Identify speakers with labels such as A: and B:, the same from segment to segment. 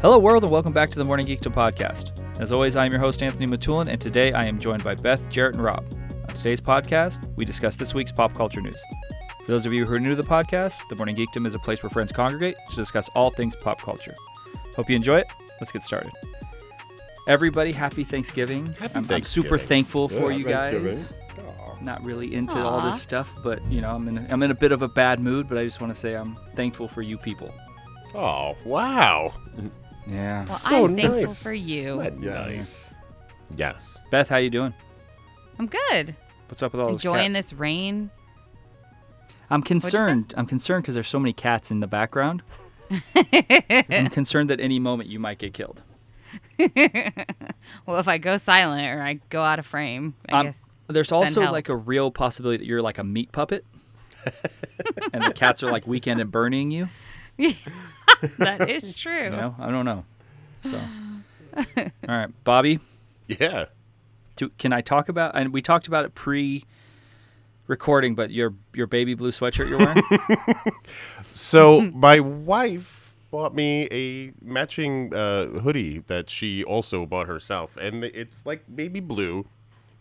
A: Hello, world, and welcome back to the Morning Geekdom podcast. As always, I am your host, Anthony Matulin, and today I am joined by Beth, Jarrett, and Rob. On today's podcast, we discuss this week's pop culture news. For those of you who are new to the podcast, the Morning Geekdom is a place where friends congregate to discuss all things pop culture. Hope you enjoy it. Let's get started. Everybody, happy Thanksgiving.
B: Happy
A: I'm, I'm super
B: Thanksgiving.
A: thankful for
B: Yeah, Oh,
A: you
B: Thanksgiving.
A: guys. Not really into all
C: Aw.
A: this stuff, but you know, I'm in a, I'm in a bit of a bad mood, but I just want to say I'm thankful for you people.
B: Oh, wow.
A: Yeah.
C: Well,
B: So
C: I'm thankful
B: nice.
C: for you.
B: Yes. Yes.
A: Beth, how you doing?
C: I'm good.
A: What's up with all this?
C: Enjoying this rain.
A: I'm
C: say?
A: concerned. I'm concerned because there's so many cats in the background. I'm concerned that any moment you might get killed.
C: Well, if I go silent or I go out of frame, I
A: Um,
C: guess.
A: There's
C: Send
A: also
C: help.
A: like a real possibility that you're like a meat puppet, and the cats are like weekend and burning you.
C: That is true.
A: You know, I don't know. So, all right, Bobby,
B: Yeah.
A: do, can I talk about? And we talked about it pre-recording, but your your baby blue sweatshirt you're wearing.
B: So my wife bought me a matching uh, hoodie that she also bought herself, and it's like baby blue,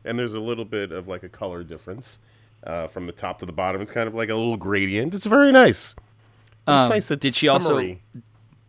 B: and there's a little bit of like a color difference uh, from the top to the bottom. It's kind of like a little gradient. It's very nice. It's
A: Um,
B: nice. It's
A: did she also-
B: summery.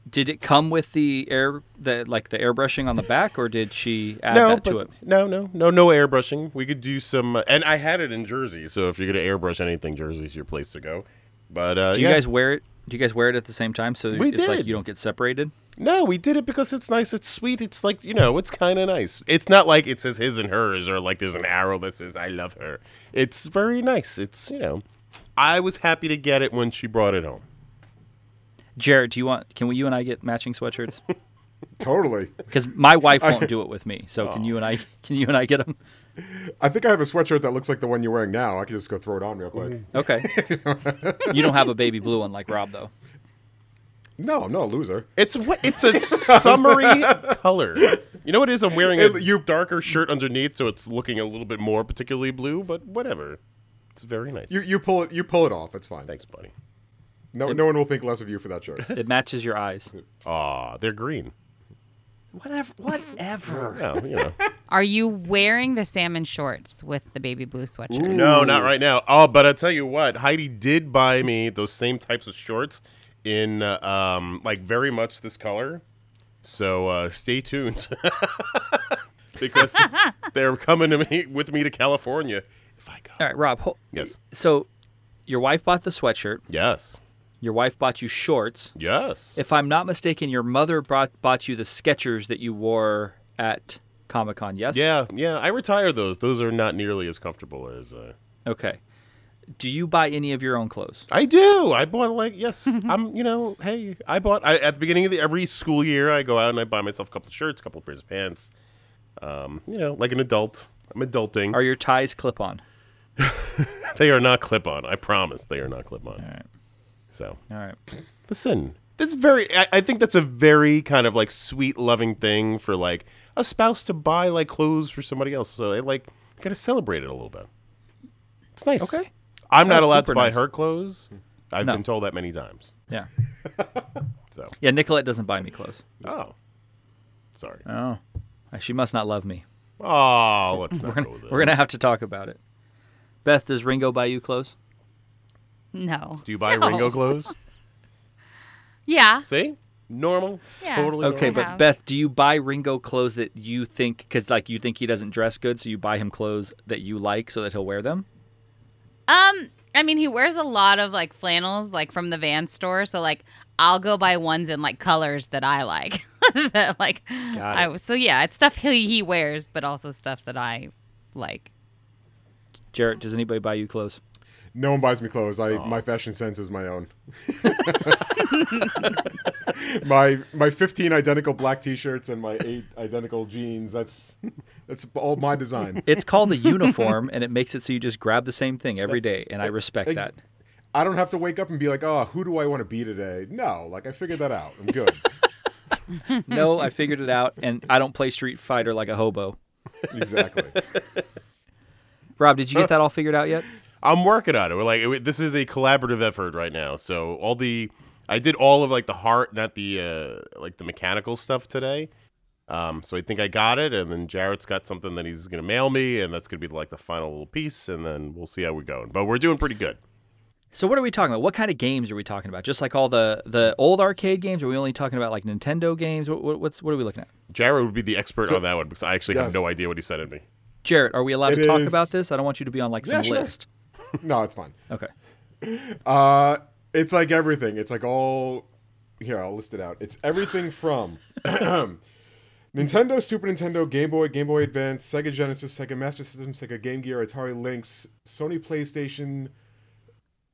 A: did it come with the air the like the airbrushing on the back, or did she add
B: no,
A: that
B: but
A: to it?
B: no, no, no, no airbrushing. We could do some, and I had it in Jersey. So if you're gonna airbrush anything, Jersey's your place to go. But uh,
A: Do you
B: yeah.
A: guys wear it? Do you guys wear it at the same time so
B: We
A: it's like
B: did.
A: you don't get separated?
B: No, we did it because it's nice. It's sweet. It's like you know, it's kind of nice. It's not like it says his and hers or like there's an arrow that says I love her. It's very nice. It's you know, I was happy to get it when she brought it home.
A: Jared, do you want? Can we, you and I get matching sweatshirts?
D: Totally.
A: Because my wife won't do it with me. So can you and I? Can you and I get them?
D: I think I have a sweatshirt that looks like the one you're wearing now. I could just go throw it on real quick.
A: Okay. you don't have a baby blue one like Rob though.
D: No, I'm not a loser.
B: It's what it's a summery color. You know what it is? I'm wearing a
D: It- you-
B: darker shirt underneath, so it's looking a little bit more particularly blue. But whatever, it's very nice.
D: You you pull it you pull it off. It's fine.
B: Thanks, buddy.
D: No no one will think less of you for that shirt.
A: It matches your eyes.
B: Aw, they're green.
A: Whatever. Whatever.
B: Oh, you know.
C: Are you wearing the salmon shorts with the baby blue sweatshirt?
B: no, not right now. Oh, but I tell you what, Heidi did buy me those same types of shorts in uh, um like very much this color. So uh, stay tuned because they're coming to me with me to California if I go.
A: All right, Rob. Ho-
B: Yes.
A: So, your wife bought the sweatshirt.
B: Yes.
A: Your wife bought you shorts.
B: Yes.
A: If I'm not mistaken, your mother brought bought you the Skechers that you wore at Comic Con. Yes.
B: yeah, yeah. I retire those. Those are not nearly as comfortable as uh,
A: Okay. Do you buy any of your own clothes?
B: I do. I bought like yes. I'm you know hey. I bought I, at the beginning of the, every school year. I go out and I buy myself a couple of shirts, a couple of pairs of pants. Um, you know, like an adult. I'm adulting.
A: Are your ties clip on?
B: they are not clip on. I promise they are not clip on. So
A: All right.
B: listen. That's very. I, I think that's a very kind of like sweet, loving thing for like a spouse to buy like clothes for somebody else. So they like got to celebrate it a little bit. It's nice.
A: Okay.
B: I'm not
A: That's
B: allowed to
A: super
B: buy
A: nice.
B: her clothes. I've
A: No.
B: been told that many times.
A: Yeah.
B: So.
A: Yeah, Nicolette doesn't buy me clothes.
B: Oh. Sorry.
A: Oh. She must not love me.
B: Oh, let's not go there.
A: We're going to have to talk about it. Beth, does Ringo buy you clothes?
C: No.
B: Do you buy
C: No.
B: Ringo clothes?
C: Yeah.
B: See? Normal.
C: Yeah.
B: Totally
A: Okay,
C: I
B: normal.
A: but
C: have.
A: Beth, do you buy Ringo clothes that you think cuz like you think he doesn't dress good, so you buy him clothes that you like so that he'll wear them?
C: Um, I mean, he wears a lot of like flannels, like from the Van store. So like, I'll go buy ones in like colors that I like. that like,
A: Got
C: I, so yeah, it's stuff he he wears, but also stuff that I like.
A: Jarrett, does anybody buy you clothes?
D: No one buys me clothes. I my fashion sense is my own. my my 15 identical black t-shirts and my eight identical jeans. That's that's all my design.
A: It's called a uniform and it makes it so you just grab the same thing every day and I respect
D: Ex-
A: that.
D: I don't have to wake up and be like, oh, who do I want to be today? No, like I figured that out. I'm good.
A: No, I figured it out and I don't play Street Fighter like a hobo.
D: exactly.
A: Rob, did you
D: Uh.
A: get that all figured out yet?
B: I'm working on it. We're like, it- this is a collaborative effort right now. So all the I did all of like the heart, not the uh, like the mechanical stuff today. Um, so I think I got it, and then Jarrett's got something that he's gonna mail me, and that's gonna be like the final little piece, and then we'll see how we're going. But we're doing pretty good.
A: So what are we talking about? What kind of games are we talking about? Just like all the the old arcade games? Are we only talking about like Nintendo games? What, what, what's what are we looking at?
B: Jarrett would be the expert on that one because I actually have
D: Yes.
B: no idea what he said at me.
A: Jarrett, are we allowed
D: It
A: to talk
D: is-
A: about this? I don't want you to be on like some
D: Yeah, sure.
A: list.
D: No, it's fine.
A: Okay.
D: Uh, it's like everything. It's like all. Here, I'll list it out. It's everything from Nintendo, Super Nintendo, Game Boy, Game Boy Advance, Sega Genesis, Sega Master System, Sega Game Gear, Atari Lynx, Sony PlayStation,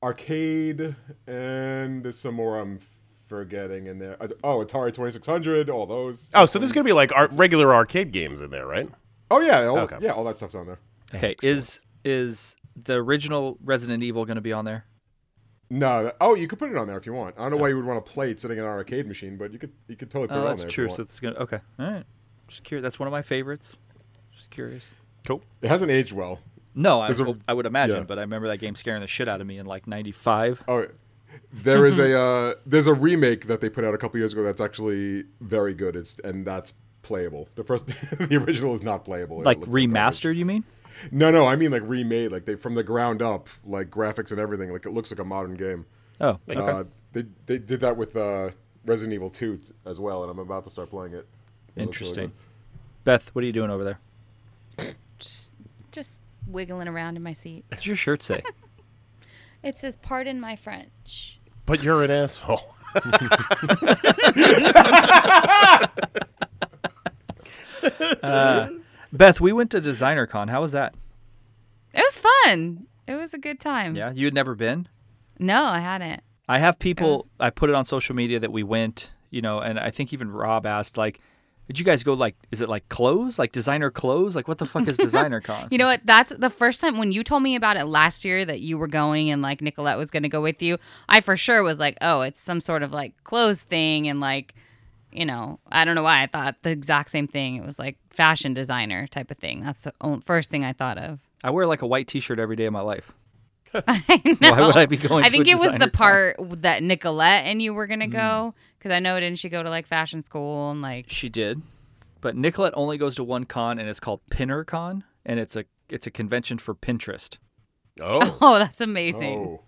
D: Arcade, and there's some more I'm forgetting in there. Oh, Atari 2600, all those.
B: Oh, so there's gonna be like ar- regular arcade games in there, right?
D: Oh, yeah. All,
B: Okay.
D: Yeah, all that stuff's on there.
A: Okay. Is is the original Resident Evil going to be on there?
D: No. that- Oh, you could put it on there if you want. I don't know why you would want to play it sitting in an arcade machine, but you could you could totally put
A: Oh,
D: it on
A: that's
D: there. if you
A: true.
D: want.
A: So it's gonna okay. All right. Just curious. That's one of my favorites. Just curious.
B: Cool.
D: it hasn't aged well.
A: No, I,
D: There's a-
A: hope- I would imagine,
D: yeah.
A: but I remember that game scaring the shit out of me in like '95.
D: Oh, there is a uh, there's a remake that they put out a couple years ago that's actually very good. It's and that's playable. The first the original is not playable. It
A: Like
D: looks garbage.
A: remastered, you mean?
D: no, no, I mean like remade, like they from the ground up, like graphics and everything. Like it looks like a modern game.
A: Oh, okay.
D: Uh, they they did that with uh, Resident Evil 2 t- as well, and I'm about to start playing it. It looks really
A: interesting.
D: good.
A: Beth, what are you doing over there?
C: Just, just wiggling around in my seat.
A: What's your shirt say?
C: It says, "Pardon my French."
B: But you're an asshole.
A: Beth, we went to Designer Con. How was that?
C: It was fun. It was a good time.
A: Yeah, you had never been.
C: No, I hadn't.
A: I have people.
C: was-
A: I put it on social media that we went. You know, and I think even Rob asked, like, "Did you guys go? Like, is it like clothes? Like designer clothes? Like, what the fuck is Designer Con?"
C: You know what? That's the first time when you told me about it last year that you were going and like Nicolette was going to go with you. I for sure was like, oh, it's some sort of like clothes thing. And like, you know, I don't know why I thought the exact same thing. It was like fashion designer type of thing. That's the on- first thing I thought of.
A: I wear like a white T-shirt every day of my life.
C: I
A: Why would
C: know.
A: I be going?
C: I
A: to
C: think
A: a
C: it was
A: designer Hmm. con?
C: the part that Nicolette and you were going to go. Cause I know didn't she go to like fashion school and like,
A: She did, but Nicolette only goes to one con, and it's called Pinner Con, and it's a it's a convention for Pinterest.
B: Oh,
C: oh, that's amazing.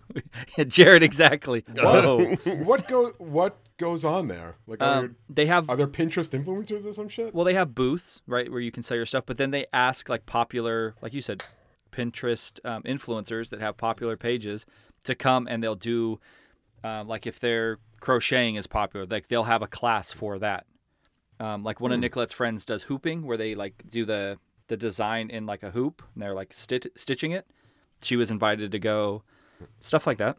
D: Oh,
A: Jared, exactly. Whoa.
D: what go what goes on there? Like are,
A: um, they have
D: there, are there Pinterest influencers or some shit?
A: well, they have booths right where you can sell your stuff, but then they ask like popular, like you said, Pinterest um, influencers that have popular pages to come, and they'll do um, like if their crocheting is popular, like they'll have a class for that. Um, like one
D: Hmm.
A: of Nicolette's friends does hooping, where they like do the the design in like a hoop, and they're like stitch, stitching it. She was invited to go, stuff like that.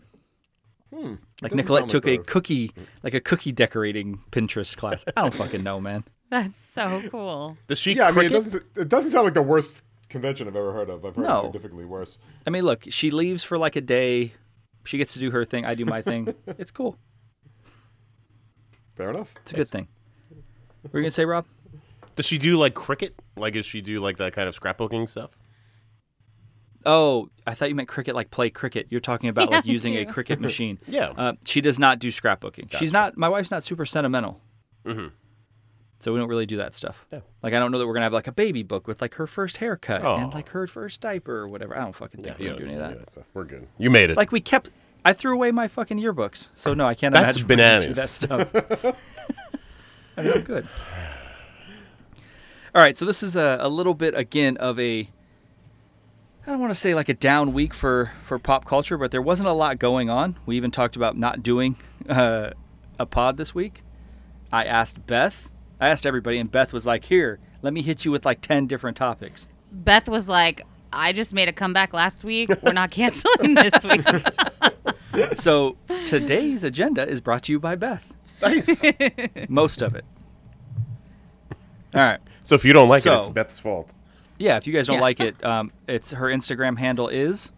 A: Like
D: Hmm. doesn't
A: Nicolette
D: sound like
A: took a
D: the-
A: cookie, like a cookie decorating Pinterest class. I don't fucking know, man.
C: That's so cool.
B: does she?
D: Yeah, I mean, it
B: cricket?
D: doesn't it doesn't sound like the worst convention I've ever heard of. I've heard
A: No.
D: significantly worse.
A: I mean, look, she leaves for like a day. She gets to do her thing. I do my thing. It's cool.
D: Fair enough.
A: It's a good thing. Were you gonna say, Rob?
B: Does she do like cricket? Like, does she do like that kind of scrapbooking stuff?
A: Oh, I thought you meant cricket, like play cricket. You're talking about
C: Yeah,
A: like
C: I
A: using a
C: do.
A: cricket machine.
B: Yeah.
A: Uh, she does not do scrapbooking. She's not. My wife's not super sentimental. Mm-hmm. So we don't really do that stuff.
B: No.
A: Like I don't know that we're gonna have like a baby book with like her first haircut and
B: Oh.
A: like her first diaper or whatever. I don't fucking think
B: you
A: we're gonna
B: don't
A: do any of
B: do
A: that.
B: that stuff. We're good. You made it.
A: Like we kept. I threw away my fucking yearbooks, so no, I can't
B: That's
A: imagine we're gonna do
B: bananas.
A: that stuff. I mean, I'm good. All right, so this is a, a little bit again of a I don't want to say like a down week for for pop culture, but there wasn't a lot going on. We even talked about not doing uh, a pod this week. I asked Beth, I asked everybody, and Beth was like, "Here, let me hit you with like ten different topics."
C: Beth was like, I just made a comeback last week. We're not canceling this week.
A: So today's agenda is brought to you by Beth.
B: nice. so
A: Most of it. All right.
B: if you don't like it, it's
A: So-
B: Beth's fault.
A: Yeah, if you guys don't
C: Yeah.
A: like it, um, it's her Instagram handle is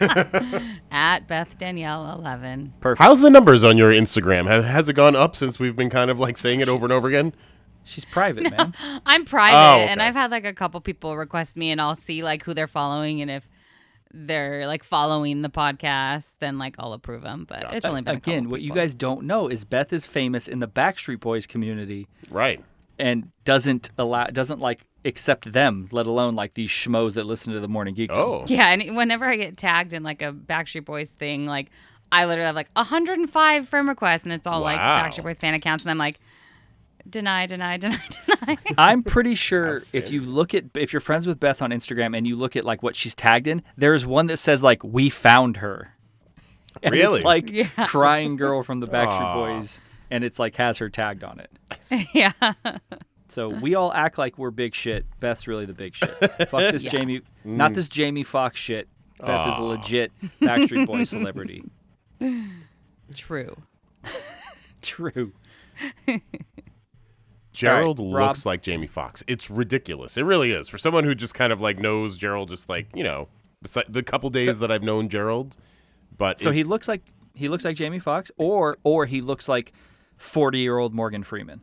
C: At Beth Danielle 11.
A: perfect.
B: How's the numbers on your Instagram? Has, has it gone up since we've been kind of like saying it over and over again?
A: She's private, man.
C: I'm private,
B: Oh, okay.
C: and I've had like a couple people request me, and I'll see like who they're following and if they're like following the podcast, then like I'll approve them. But it's only been a
A: Again,
C: couple
A: what you
C: people.
A: guys don't know is Beth is famous in the Backstreet Boys community
B: Right.
A: and doesn't allow doesn't like accept them, let alone like these schmoes that listen to the Morning Geek.
B: Oh.
C: Yeah, and whenever I get tagged in like a Backstreet Boys thing, like I literally have like 105 friend requests, and it's all like
B: Wow.
C: Backstreet Boys fan accounts, and I'm like, deny, deny, deny, deny.
A: I'm pretty sure if you look at if you're friends with Beth on Instagram and you look at like what she's tagged in, there's one that says like we found her. And
B: Really?
A: It's like
C: Yeah.
A: crying girl from the Backstreet Boys and it's like has her tagged on it.
C: yeah,
A: So we all act like we're big shit. Beth's really the big shit. Fuck this
C: Yeah.
A: Jamie
B: Mm.
A: not this Jamie Foxx shit. Beth is a legit Backstreet Boys celebrity.
C: true.
A: True.
B: Gerald
A: All right, Rob.
B: looks like Jamie Foxx. It's ridiculous. It really is. For someone who just kind of like knows Gerald, just like, you know, besi- the couple days that I've known Gerald. But
A: So he
B: it's-
A: looks like he looks like Jamie Foxx or or he looks like 40-year-old Morgan Freeman.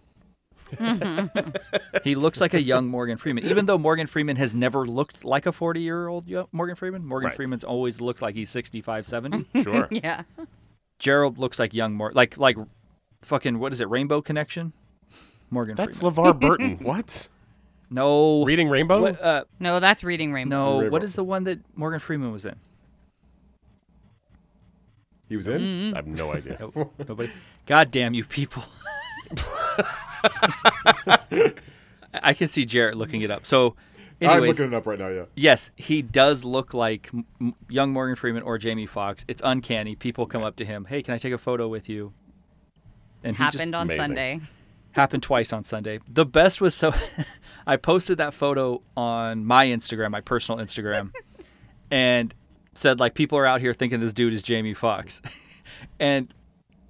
A: he looks like a young Morgan Freeman. Even though Morgan Freeman has never looked like a 40-year-old yo- Morgan Freeman, Morgan
B: Right.
A: Freeman's always looked like he's 65, 70.
B: sure.
C: Yeah,
A: Gerald looks like young Mor like like fucking what is it? Rainbow Connection? Morgan
B: That's
A: Freeman.
B: LeVar Burton. what?
A: no.
B: Reading Rainbow?
A: What, uh,
C: no, that's reading Rainbow.
A: no, what
D: Rainbow.
A: is the one that Morgan Freeman was in?
D: He was in.
A: Mm-hmm.
B: I have no idea.
A: Nope. Nobody. God damn you people. I I can see Jarrett looking it up. So,
D: I'm
A: anyways,
D: looking it up right now. Yeah.
A: yes, he does look like m- m- young Morgan Freeman or Jamie Foxx. It's uncanny. People come up to him, "Hey, can I take a photo with you?" And he just-
C: Happened on
B: amazing.
C: Sunday.
A: happened twice on Sunday. The best was so I posted that photo on my Instagram, my personal Instagram, and said like people are out here thinking this dude is Jamie Foxx. and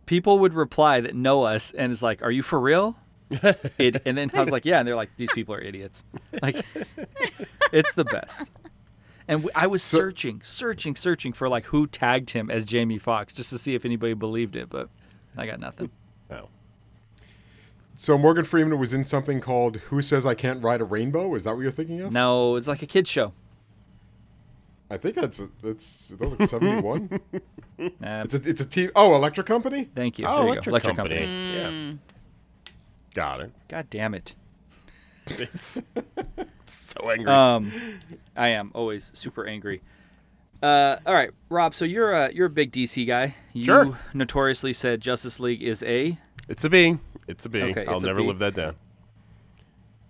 A: people would reply that know us and is like, "Are you for real?" it, and then I was like, "Yeah," and they're like, "These people are idiots." Like it's the best. And w- I was searching, searching, searching for like who tagged him as Jamie Foxx just to see if anybody believed it, but I got nothing.
B: No.
D: So Morgan Freeman was in something called "Who Says I Can't Ride a Rainbow." Is that what you're thinking of?
A: No, it's like a kids show.
D: I think that's that's that was like '71.
A: Nah,
D: it's a it's a T. Oh, Electric Company.
A: Thank you. There
B: Oh,
A: you go. Hmm.
B: electric, company. Yeah. Got it.
A: God damn it.
B: so angry.
A: Um, I am always super angry. Uh, all right, Rob. So you're a you're a big DC guy. You
B: Sure.
A: notoriously said Justice League is a.
B: it's a B. It's a B.
A: Okay,
B: I'll
A: it's a
B: never
A: B.
B: live that down.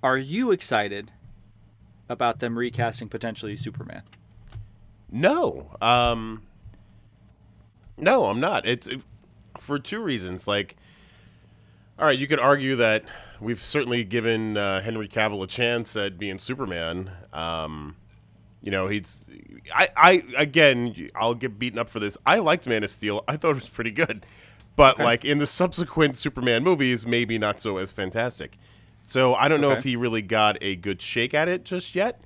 A: Are you excited about them recasting potentially Superman?
B: No. Um No, I'm not. It's it- for two reasons. Like All right, you could argue that we've certainly given uh, Henry Cavill a chance at being Superman. Um you know, he's I I again, I'll get beaten up for this. I liked Man of Steel. I thought it was pretty good. But like in the subsequent Superman movies, maybe not so as fantastic. So I don't know
A: Okay.
B: if he really got a good shake at it just yet.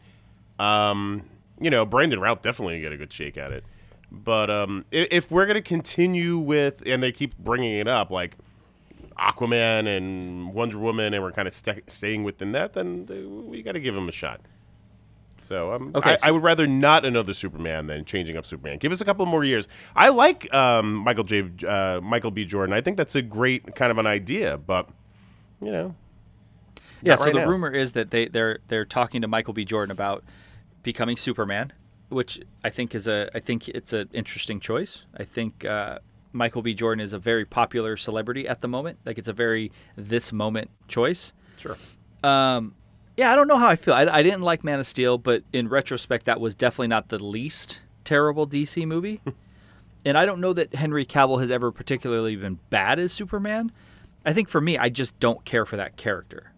B: Um, you know, Brandon Routh definitely get a good shake at it. But um, if, if we're gonna continue with, and they keep bringing it up, like Aquaman and Wonder Woman, and we're kind of st- staying within that, then th- we got to give him a shot. So um,
A: Okay,
B: I,
A: so-
B: I would rather not another Superman than changing up Superman. Give us a couple more years. I like um, Michael J. Uh, Michael B. Jordan. I think that's a great kind of an idea, but you know,
A: Yeah.
B: Not
A: So
B: right
A: the
B: now.
A: rumor is that they they're they're talking to Michael B. Jordan about becoming Superman, which I think is a I think it's an interesting choice. I think uh, Michael B. Jordan is a very popular celebrity at the moment. Like it's a very this moment choice.
B: sure.
A: Um, yeah, I don't know how I feel. I, I didn't like Man of Steel, but in retrospect, that was definitely not the least terrible DC movie. and I don't know that Henry Cavill has ever particularly been bad as Superman. I think for me, I just don't care for that character.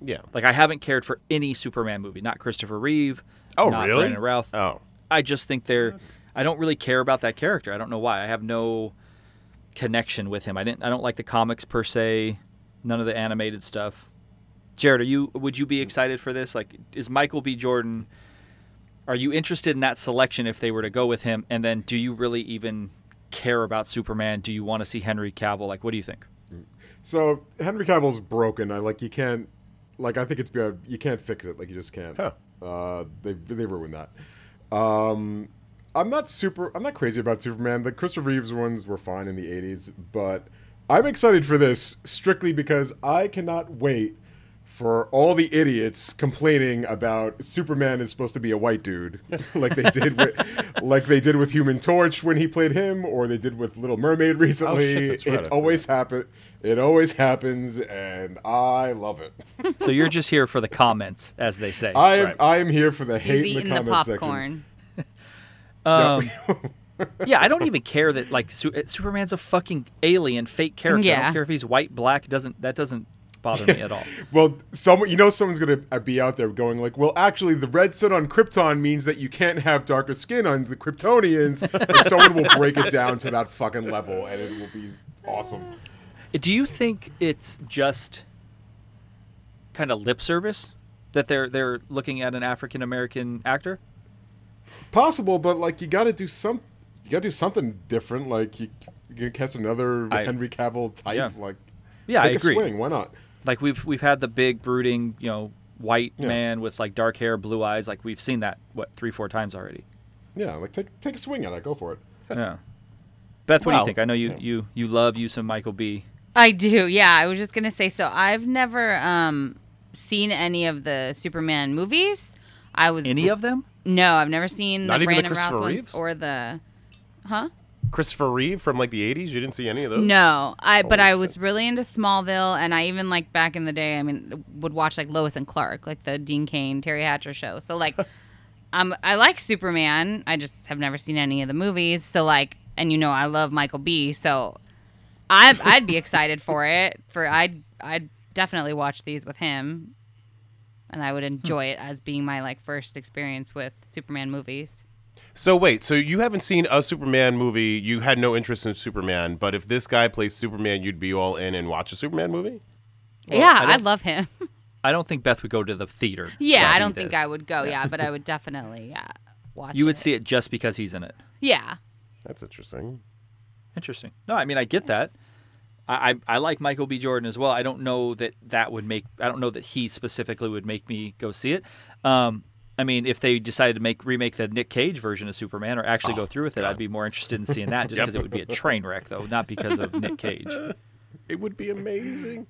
B: Yeah.
A: Like I haven't cared for any Superman movie, not Christopher Reeve.
B: Oh,
A: not
B: really?
A: Brandon Routh.
B: Oh,
A: I just think they're. I don't really care about that character. I don't know why. I have no connection with him. I didn't. I don't like the comics per se. None of the animated stuff. Jared, are you? Would you be excited for this? Like, is Michael B. Jordan? Are you interested in that selection if they were to go with him? And then, do you really even care about Superman? Do you want to see Henry Cavill? Like, what do you think?
D: So Henry Cavill's broken. I like you can't, like I think it's uh, beyond- you can't fix it. Like you just can't.
B: Huh.
D: Uh, they they ruined that. Um, I'm not super. I'm not crazy about Superman. The Christopher Reeves ones were fine in the '80s, but I'm excited for this strictly because I cannot wait for all the idiots complaining about Superman is supposed to be a white dude, like they did with, like they did with Human Torch when he played him, or they did with Little Mermaid recently.
B: Oh, that's right, I
D: it
B: forgot.
D: always happen. It always happens, and I love it.
A: So you're just here for the comments, as they say.
D: I am.
B: Right.
D: I am here for the
C: He's
D: hate in
C: eating
D: the
C: the,
D: comment section.
C: popcorn.
A: Um, yeah, I don't even care that like Su- uh, Superman's a fucking alien, fake character. I
C: Yeah.
A: don't care if he's white, black. Doesn't that doesn't bother me at all?
D: Well, someone you know someone's gonna uh, be out there going like, "Well, actually, the red sun on Krypton means that you can't have darker skin on the Kryptonians." and someone will break it down to that fucking level, and it will be s- awesome.
A: Eh, Do you think it's just kind of lip service that they're they're looking at an African American actor?
D: Possible, but like you got to do some, you got to do something different. Like you, you cast another
A: I-
D: Henry Cavill type.
A: Yeah.
D: Like,
A: Yeah,
D: take
A: I agree.
D: A swing. Why not?
A: Like we've we've had the big brooding, you know, white
D: Yeah.
A: man with like dark hair, blue eyes. Like we've seen that what three four times already.
D: Yeah, like take take a swing at it. Go for it.
A: Yeah. Beth, what do
B: Well-
A: you think? I know you you you love you some Michael B.
C: I do. Yeah, I was just gonna say. So I've never um seen any of the Superman movies. I was
A: Any of them?
C: No, I've never seen
B: Not
C: the
B: even the
C: Brandon Routh
B: Christopher
C: ones
B: Reeves?
C: or the. Huh?
B: Christopher Reeve from like the 80s? You didn't see any of those?
C: No, I. but
B: Holy
C: I was really into Smallville, and I even like back in the day. I mean, would watch like Lois and Clark, like the Dean Kane, Terry Hatcher show. So like, um, I like Superman. I just have never seen any of the movies. So like, and you know, I love Michael B. So, I I'd be excited for it. For I'd I'd definitely watch these with him, and I would enjoy it as being my like first experience with Superman movies.
B: So wait, so you haven't seen a Superman movie. You had no interest in Superman, but if this guy plays Superman, you'd be all in and watch a Superman movie?
C: yeah,
A: I
C: I love him.
A: I don't think Beth would go to the theater. to
C: Yeah, I
A: see
C: don't think
A: this.
C: I would go. Yeah, but I would definitely yeah watch.
A: You would
C: it.
A: see it just because he's in it.
C: yeah.
B: That's interesting.
A: Interesting. No, I mean I get that. I, I I like Michael B. Jordan as well. I don't know that that would make. I don't know that he specifically would make me go see it. Um, I mean, if they decided to make remake the Nick Cage version of Superman or actually go through with it, I'd be more interested in seeing that just because it would be a train wreck, though, not because of Nick Cage.
B: It would be amazing.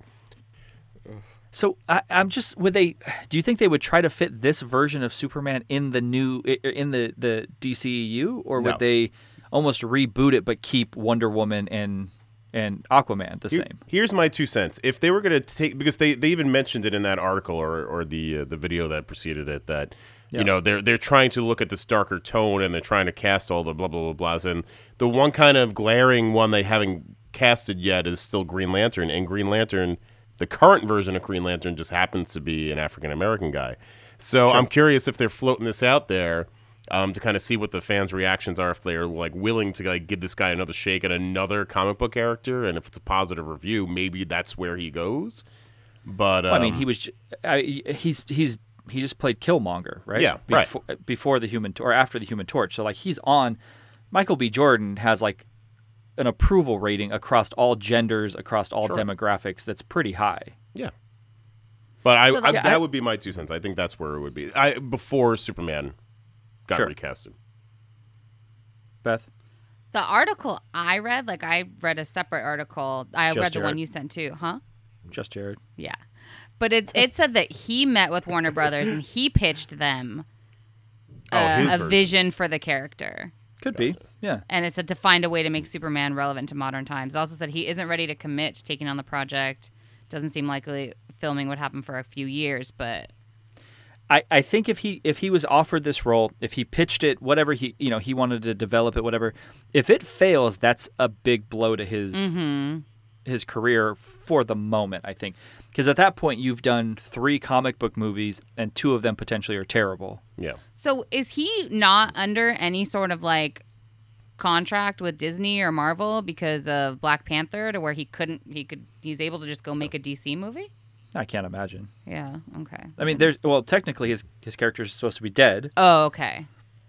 A: So I, I'm just would they? Do you think they would try to fit this version of Superman in the new i- in the the DCEU, or would
B: No.
A: they almost reboot it but keep Wonder Woman and and Aquaman the
B: Here-
A: same?
B: Here's my two cents. If they were going to take, because they, they even mentioned it in that article or, or the uh, the video that preceded it, that
A: Yeah.
B: you know they're they're trying to look at this darker tone and they're trying to cast all the blah blah blah blahs, and the one kind of glaring one they haven't casted yet is still Green Lantern, and Green Lantern, the current version of Green Lantern, just happens to be an African American guy. So I'm curious if they're floating this out there. Um, to kind of see what the fans' reactions are if they are like willing to like give this guy another shake at another comic book character, and if it's a positive review, maybe that's where he goes. But um,
A: I mean, he was. ju- I, he's he's he just played Killmonger, right?
B: Yeah, right.
A: before, right. Before the human or after the Human Torch, so like he's on. Michael B. Jordan has like an approval rating across all genders, across all demographics. That's pretty high.
B: Yeah. But I,
C: So,
B: I
C: like,
B: that
A: I-
B: would be my two cents. I think that's where it would be. I before Superman got
A: Sure.
B: recasted.
A: Beth,
C: The article I read, like I read a separate article. I
A: Just
C: read the one
A: Jared.
C: you sent too, huh?
A: just Jared.
C: Yeah. But it it said that he met with Warner Brothers and he pitched them
B: Oh,
C: uh,
B: his
C: a
B: version.
C: vision for the character.
A: Could be. Yeah.
C: And it said to find a way to make Superman relevant to modern times. It also said he isn't ready to commit to taking on the project. Doesn't seem likely filming would happen for a few years, but
A: I, I think if he if he was offered this role, if he pitched it, whatever he you know he wanted to develop it, whatever. If it fails, that's a big blow to his his career for the moment. I think because at that point you've done three comic book movies and two of them potentially are terrible.
B: Yeah.
C: So is he not under any sort of like contract with Disney or Marvel because of Black Panther to where he couldn't he could he's able to just go make a DC movie?
A: I can't imagine.
C: Yeah, okay.
A: I mean, there's well technically his his character is supposed to be dead,
C: Oh, okay.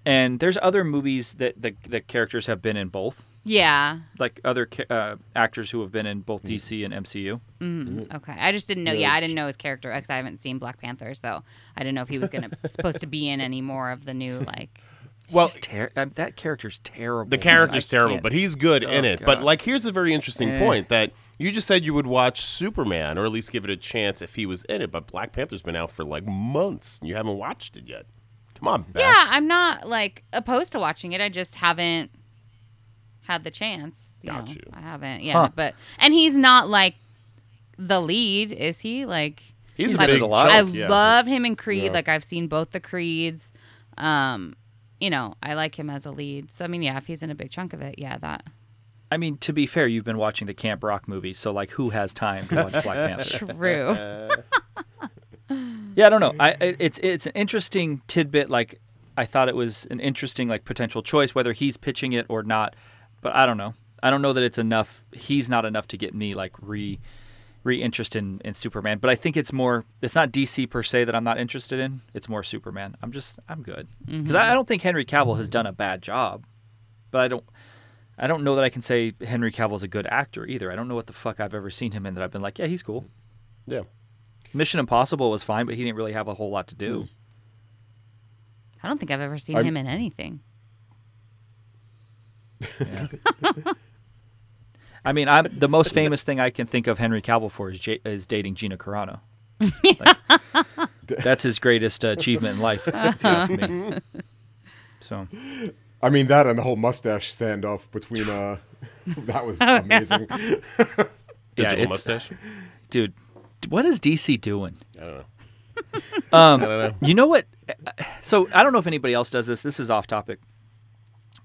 A: and there's other movies that the the characters have been in both,
C: Yeah.
A: like other ca- uh, actors who have been in both DC and MCU.
C: Mm, okay. I just didn't know. Yeah, I didn't know his character cuz I haven't seen Black Panther, so I didn't know if he was going to supposed to be in any more of the new like
B: Well,
A: He's ter- um, that character's terrible.
B: the
A: man.
B: character's
A: I
B: terrible,
A: can't-
B: but he's good in
A: Oh,
B: it. But
A: God.
B: like, here's a very interesting
A: Eh.
B: point that you just said you would watch Superman or at least give it a chance if he was in it. But Black Panther's been out for like months, and you haven't watched it yet. Come on, Beth.
C: Yeah, I'm not like opposed to watching it. I just haven't had the chance. You
B: Got
C: know,
B: you.
C: I haven't. Yeah,
A: Huh.
C: but and he's not like the lead, is he? Like
B: he's,
A: He's
B: a
A: in
B: big
A: it a lot.
B: chunk,
C: I
B: yeah.
C: love him in Creed.
D: Yeah.
C: Like I've seen both the Creeds. Um, you know, I like him as a lead. So I mean, yeah, if he's in a big chunk of it, yeah, that
A: I mean, to be fair, you've been watching the Camp Rock movies, so like, who has time to watch Black Panther?
C: true.
A: Yeah, I don't know. I I- it's it's an interesting tidbit. Like, I thought it was an interesting like potential choice whether he's pitching it or not, but I don't know. I don't know that it's enough. He's not enough to get me like re re interest in, in Superman. But I think it's more. It's not DC per se that I'm not interested in. It's more Superman. I'm just I'm good because I, I don't think Henry Cavill has done a bad job, but I don't. I don't know that I can say Henry Cavill's a good actor either. I don't know what the fuck I've ever seen him in that I've been like, yeah, he's cool.
B: Yeah.
A: Mission Impossible was fine, but he didn't really have a whole lot to do.
C: I don't think I've ever seen
D: I'm-
C: him in anything.
A: I mean, I'm the most famous thing I can think of Henry Cavill for is, J- is dating Gina Carano. Like, that's his greatest uh, achievement in life, if you ask me. So,
D: I mean that and the whole mustache standoff between uh that was amazing.
A: yeah,
B: Digital
A: it's,
B: mustache.
A: dude, what is DC doing?
B: I don't know.
A: Um,
B: I don't know.
A: You know what? eh, So I don't know if anybody else does this. This is off topic.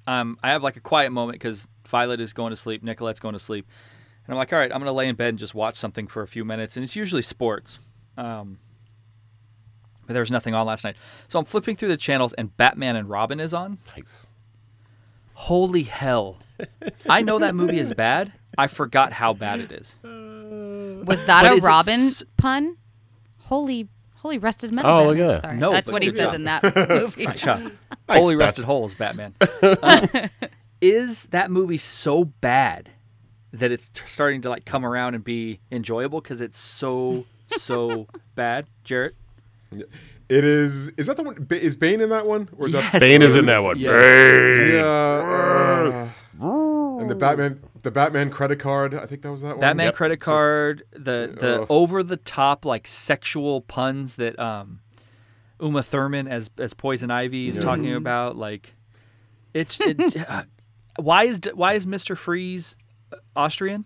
A: Um, I have like a quiet moment because Violet is going to sleep, Nicolette's going to sleep, and I'm like, all right, I'm gonna lay in bed and just watch something for a few minutes, and it's usually sports. Um, but there was nothing on last night, so I'm flipping through the channels, and Batman and Robin is on.
B: Nice.
A: Holy hell! I know that movie is bad. I forgot how bad it is.
C: Was that
A: But
C: a
A: is it
C: Robin
A: s-
C: pun? Holy, holy rusted metal.
B: Oh,
C: Batman.
B: look at that.
C: Sorry.
A: No,
C: that's
A: but
C: what he
A: good
C: says
A: job.
C: in that movie.
A: Chuck.
B: Nice,
A: Holy
B: Beth.
A: rested holes, Batman. Uh, is that movie so bad that it's t- starting to like come around and be enjoyable because it's so so bad, Jarrett?
D: It is is that the one ba- is Bane in that one or is that
A: Yes.
B: Bane is in that one. Bane.
D: yeah, uh, and the Batman the Batman credit card I think that was that one.
A: Batman
B: Yep.
A: credit card, the the
D: Ugh.
A: over the top like sexual puns that um, Uma Thurman as as Poison Ivy is talking about, like it's it, uh, why is why is Mister Freeze uh, Austrian?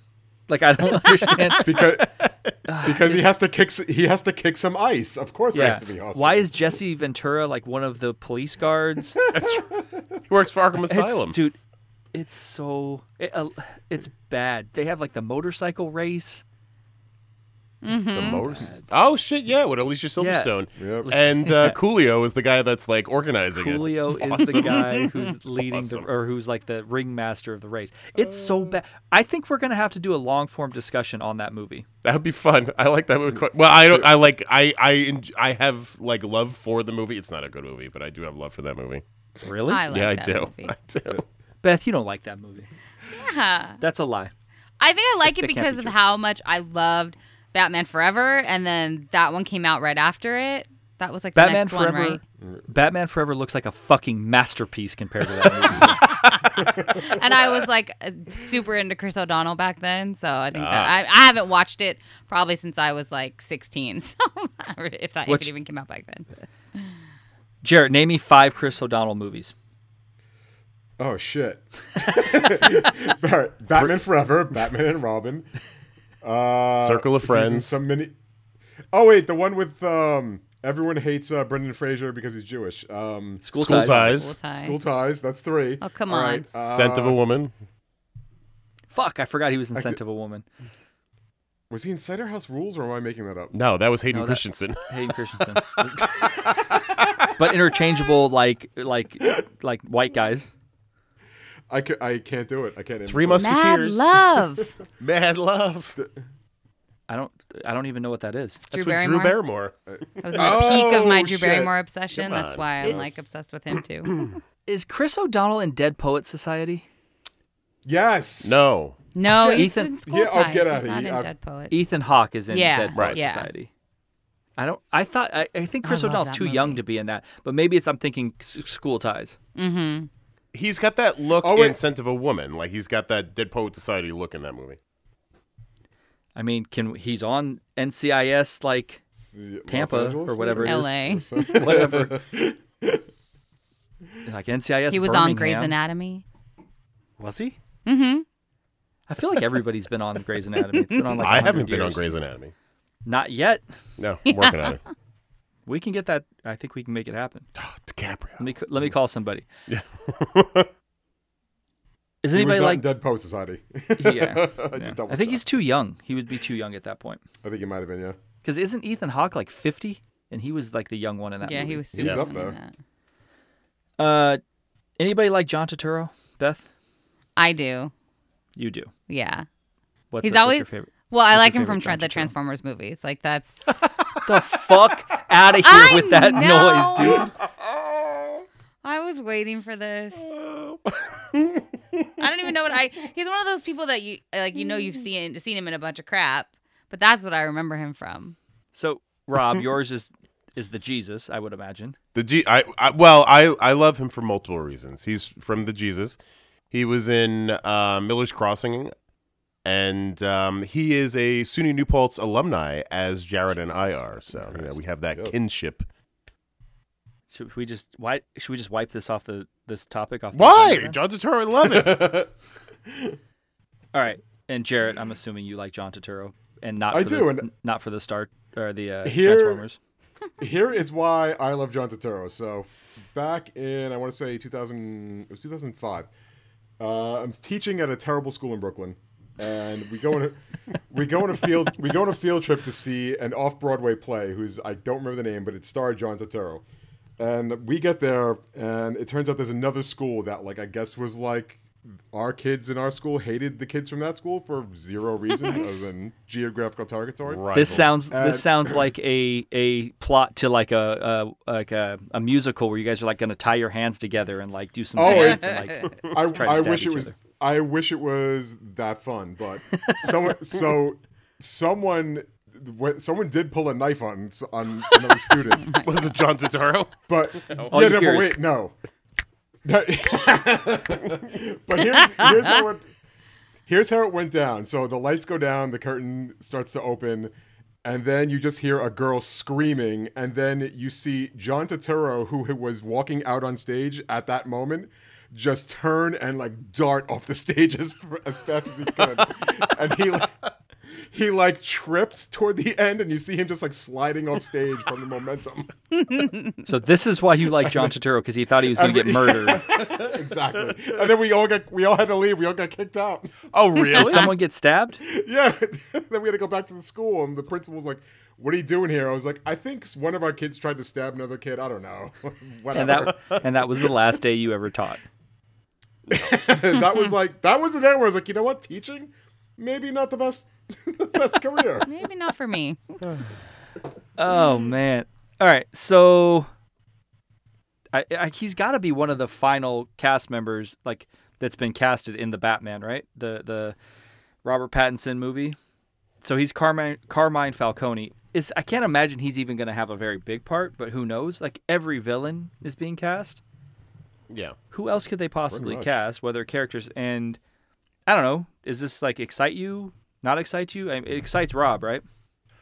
A: Like I don't understand.
D: because because he has to kick s- he has to kick some ice. Of course, it
A: Yeah.
D: has to be
A: Why is Jesse Ventura like one of the police guards?
B: He works for Arkham
A: It's-
B: Asylum.
A: dude. It's so it, uh, it's bad. They have like the motorcycle race.
B: The
C: Mm-hmm.
B: most- Oh shit! Yeah, with Alicia
A: Yeah.
B: Silverstone
D: Yep.
B: and uh, Coolio is the guy that's like organizing it.
A: Julio is the guy who's leading the or who's like the ringmaster of the race. It's so
C: Oh.
A: bad. I think we're gonna have to do a long form discussion on that movie.
B: That would be fun. I like that movie. Quite- well, I don't. I like. I I en- I have like love for the movie. It's not a good movie, but I do have love for that movie.
A: Really,
C: I like
B: yeah, I
C: that
B: do.
C: movie.
B: I do.
A: Beth? You don't like that movie?
C: Yeah.
A: That's a lie.
C: I think I like
A: That
C: it
A: can't
C: because
A: be
C: of
A: true.
C: how much I loved Batman Forever, and then that one came out right after it. That was like the
A: Batman
C: next
A: Forever.
C: one, right?
A: Batman Forever looks like a fucking masterpiece compared to that movie.
C: And I was like uh, super into Chris O'Donnell back then, so I think that I, I haven't watched it probably since I was like 16. So if that if
A: What's-
C: it even came out back then,
A: Jarrett, name me five Chris O'Donnell movies.
D: Oh shit! All right, Batman Forever, Batman and Robin, uh,
B: Circle of
D: he was in
B: Friends.
D: some mini. Oh wait, the one with um, everyone hates uh, Brendan Fraser because he's Jewish. Um,
A: School,
B: School Ties.
C: School Ties.
D: School ties. That's three.
C: Oh, come
D: All
C: on.
D: right, uh,
B: Scent of a Woman.
A: Fuck, I forgot he was in
D: I
A: Scent
D: could-
A: of a Woman.
D: was he in Cider House Rules or am I making that up?
B: No, that was Hayden
A: No, that-
B: Christensen.
A: Hayden Christensen. but interchangeable like like like white guys.
D: I, ca- I can't do it. I can't.
B: Three
D: imitate.
C: Mad
B: Musketeers.
C: Love,
B: Mad Love.
A: I don't I don't even know what that is.
C: Drew
B: That's with Drew
C: Barrymore.
B: Barrymore.
C: that was at the peak of
D: Oh,
C: my Drew
D: shit.
C: Barrymore obsession.
B: Come
C: That's
B: on.
C: why I'm
B: It's-
C: like obsessed with him too.
A: Is Chris O'Donnell in Dead Poets Society?
D: Yes.
B: No.
C: No, he's
A: Ethan-
C: in School
D: Yeah, I'll
C: Ties.
D: get
C: He's
D: outta here.
C: not in
D: I've-
C: Dead Poet.
A: Ethan Hawke is in
C: Yeah,
A: Dead Poets
B: right.
C: yeah.
A: Society. I don't. I thought. I, I think Chris
C: love
A: O'Donnell's
C: that
A: too young
C: movie.
A: to be in that, but maybe it's. I'm thinking s- school ties.
B: He's got that look
D: Oh, wait.
B: and sense of a woman. Like he's got that Dead Poet Society look in that movie.
A: I mean, can he's on NCIS? Like,
D: Los
A: Tampa
D: Angeles,
A: or whatever
D: maybe?
A: it is.
C: LA.
A: whatever. like NCIS.
C: he was on Grey's
A: Birmingham.
C: Anatomy.
A: Was he? Mm-hmm. I feel like everybody's been on Grey's Anatomy. It's been on like.
B: I
A: 100
B: haven't been on
A: years.
B: Grey's Anatomy.
A: Not yet.
B: No, I'm working on it.
A: We can get that. I think we can make it happen.
B: Oh, DiCaprio.
A: Let me c- let me call somebody.
B: Yeah.
A: Is
D: He was
A: anybody
D: not
A: like?
D: in Dead Poet Society.
A: yeah.
D: I
A: yeah.
D: just
A: I think he's too young. He would be too young at that point.
D: I think he might have been. Yeah.
A: Because isn't Ethan Hawke like 50? And he was like the young one in that
C: Yeah,
A: movie.
C: he was
D: He's
C: super
D: up
C: young
D: there.
C: in that.
A: Uh, anybody like John Turturro? Beth,
C: I do.
A: you do.
C: Yeah.
A: What's,
C: He's
A: your,
C: always-
A: what's your favorite?
C: Well, I
A: What's
C: like
A: your
C: him from
A: favorite
C: tra-
A: John
C: the
A: Turturro?
C: Transformers movies. Like that's
A: The fuck out of here
C: I
A: with that
C: know.
A: noise, dude.
C: I was waiting for this. I don't even know what I. He's one of those people that you like. You know, you've seen seen him in a bunch of crap, but that's what I remember him from.
A: So, Rob, yours is is the Jesus, I would imagine.
B: The G. I, I well, I I love him for multiple reasons. He's from the Jesus. He was in uh, Miller's Crossing, and um, he is a SUNY New Paltz alumni, as Jared and I are. So you know, we have that
D: Yes.
B: kinship.
A: Should we just why should we just wipe this off the this topic off? the agenda
B: Why,
A: then?
B: John Turturro? I love it.
A: All right. And Jarrett, I'm assuming you like John Turturro, and not
D: I
A: for the-
D: do, and-
A: not for the Star or the uh,
D: Here-
A: Transformers.
D: Here is why I love John Turturro. So, back in I want to say 2000, it was 2005. Uh, I'm teaching at a terrible school in Brooklyn, and we go on a we go on a field we go on a field trip to see an off Broadway play who's I don't remember the name, but it starred John Turturro. And we get there, and it turns out there's another school that like I guess was like our kids in our school hated the kids from that school for zero reason other than geographical targets. are.
A: This sounds
D: Uh,
A: this sounds like a a plot to like a, a like a, a musical where you guys are like going to tie your hands together and like do some
D: Oh,
A: dance
C: it-
A: and like
D: I,
A: try to
D: I
A: stab
D: wish
A: each
D: it was.
A: other.
D: I wish it was that fun, but someone, so someone, wh- someone did pull a knife on s- on another
A: Oh
D: student,
B: was it John Turturro?
D: but
A: All
D: yeah,
A: you
D: no,
A: hear is-
D: but wait, no. but here's here's how it here's how it went down. So the lights go down, the curtain starts to open, and then you just hear a girl screaming, and then you see John Turturro, who was walking out on stage at that moment, just turn and like dart off the stage as, as fast as he could, and he. Like, he like tripped toward the end, and you see him just like sliding off stage from the momentum.
A: So this is why you like John Turturro because he thought he was going to get murdered.
D: exactly. And then we all got we all had to leave. We all got kicked out.
B: Oh, really?
A: Did someone get stabbed?
D: Yeah. then we had to go back to the school, and the principal was like, "What are you doing here?" I was like, "I think one of our kids tried to stab another kid. I don't know. Whatever."
A: And
D: That,
A: that and that was the last day you ever taught.
D: was like that was the day where I was like, you know what, teaching, maybe not the best the best career.
C: Maybe not for me.
A: Oh man! All right, so I, I, he's got to be one of the final cast members, like that's been casted in the Batman, right? The the Robert Pattinson movie. So he's Carmine Carmine Falcone. It's I can't imagine he's even going to have a very big part, but who knows? Like every villain is being cast.
B: yeah.
A: Who else could they possibly
D: much.
A: cast? Whether characters and I don't know. Is this like excite you? Not excite you? I, it excites Rob, right?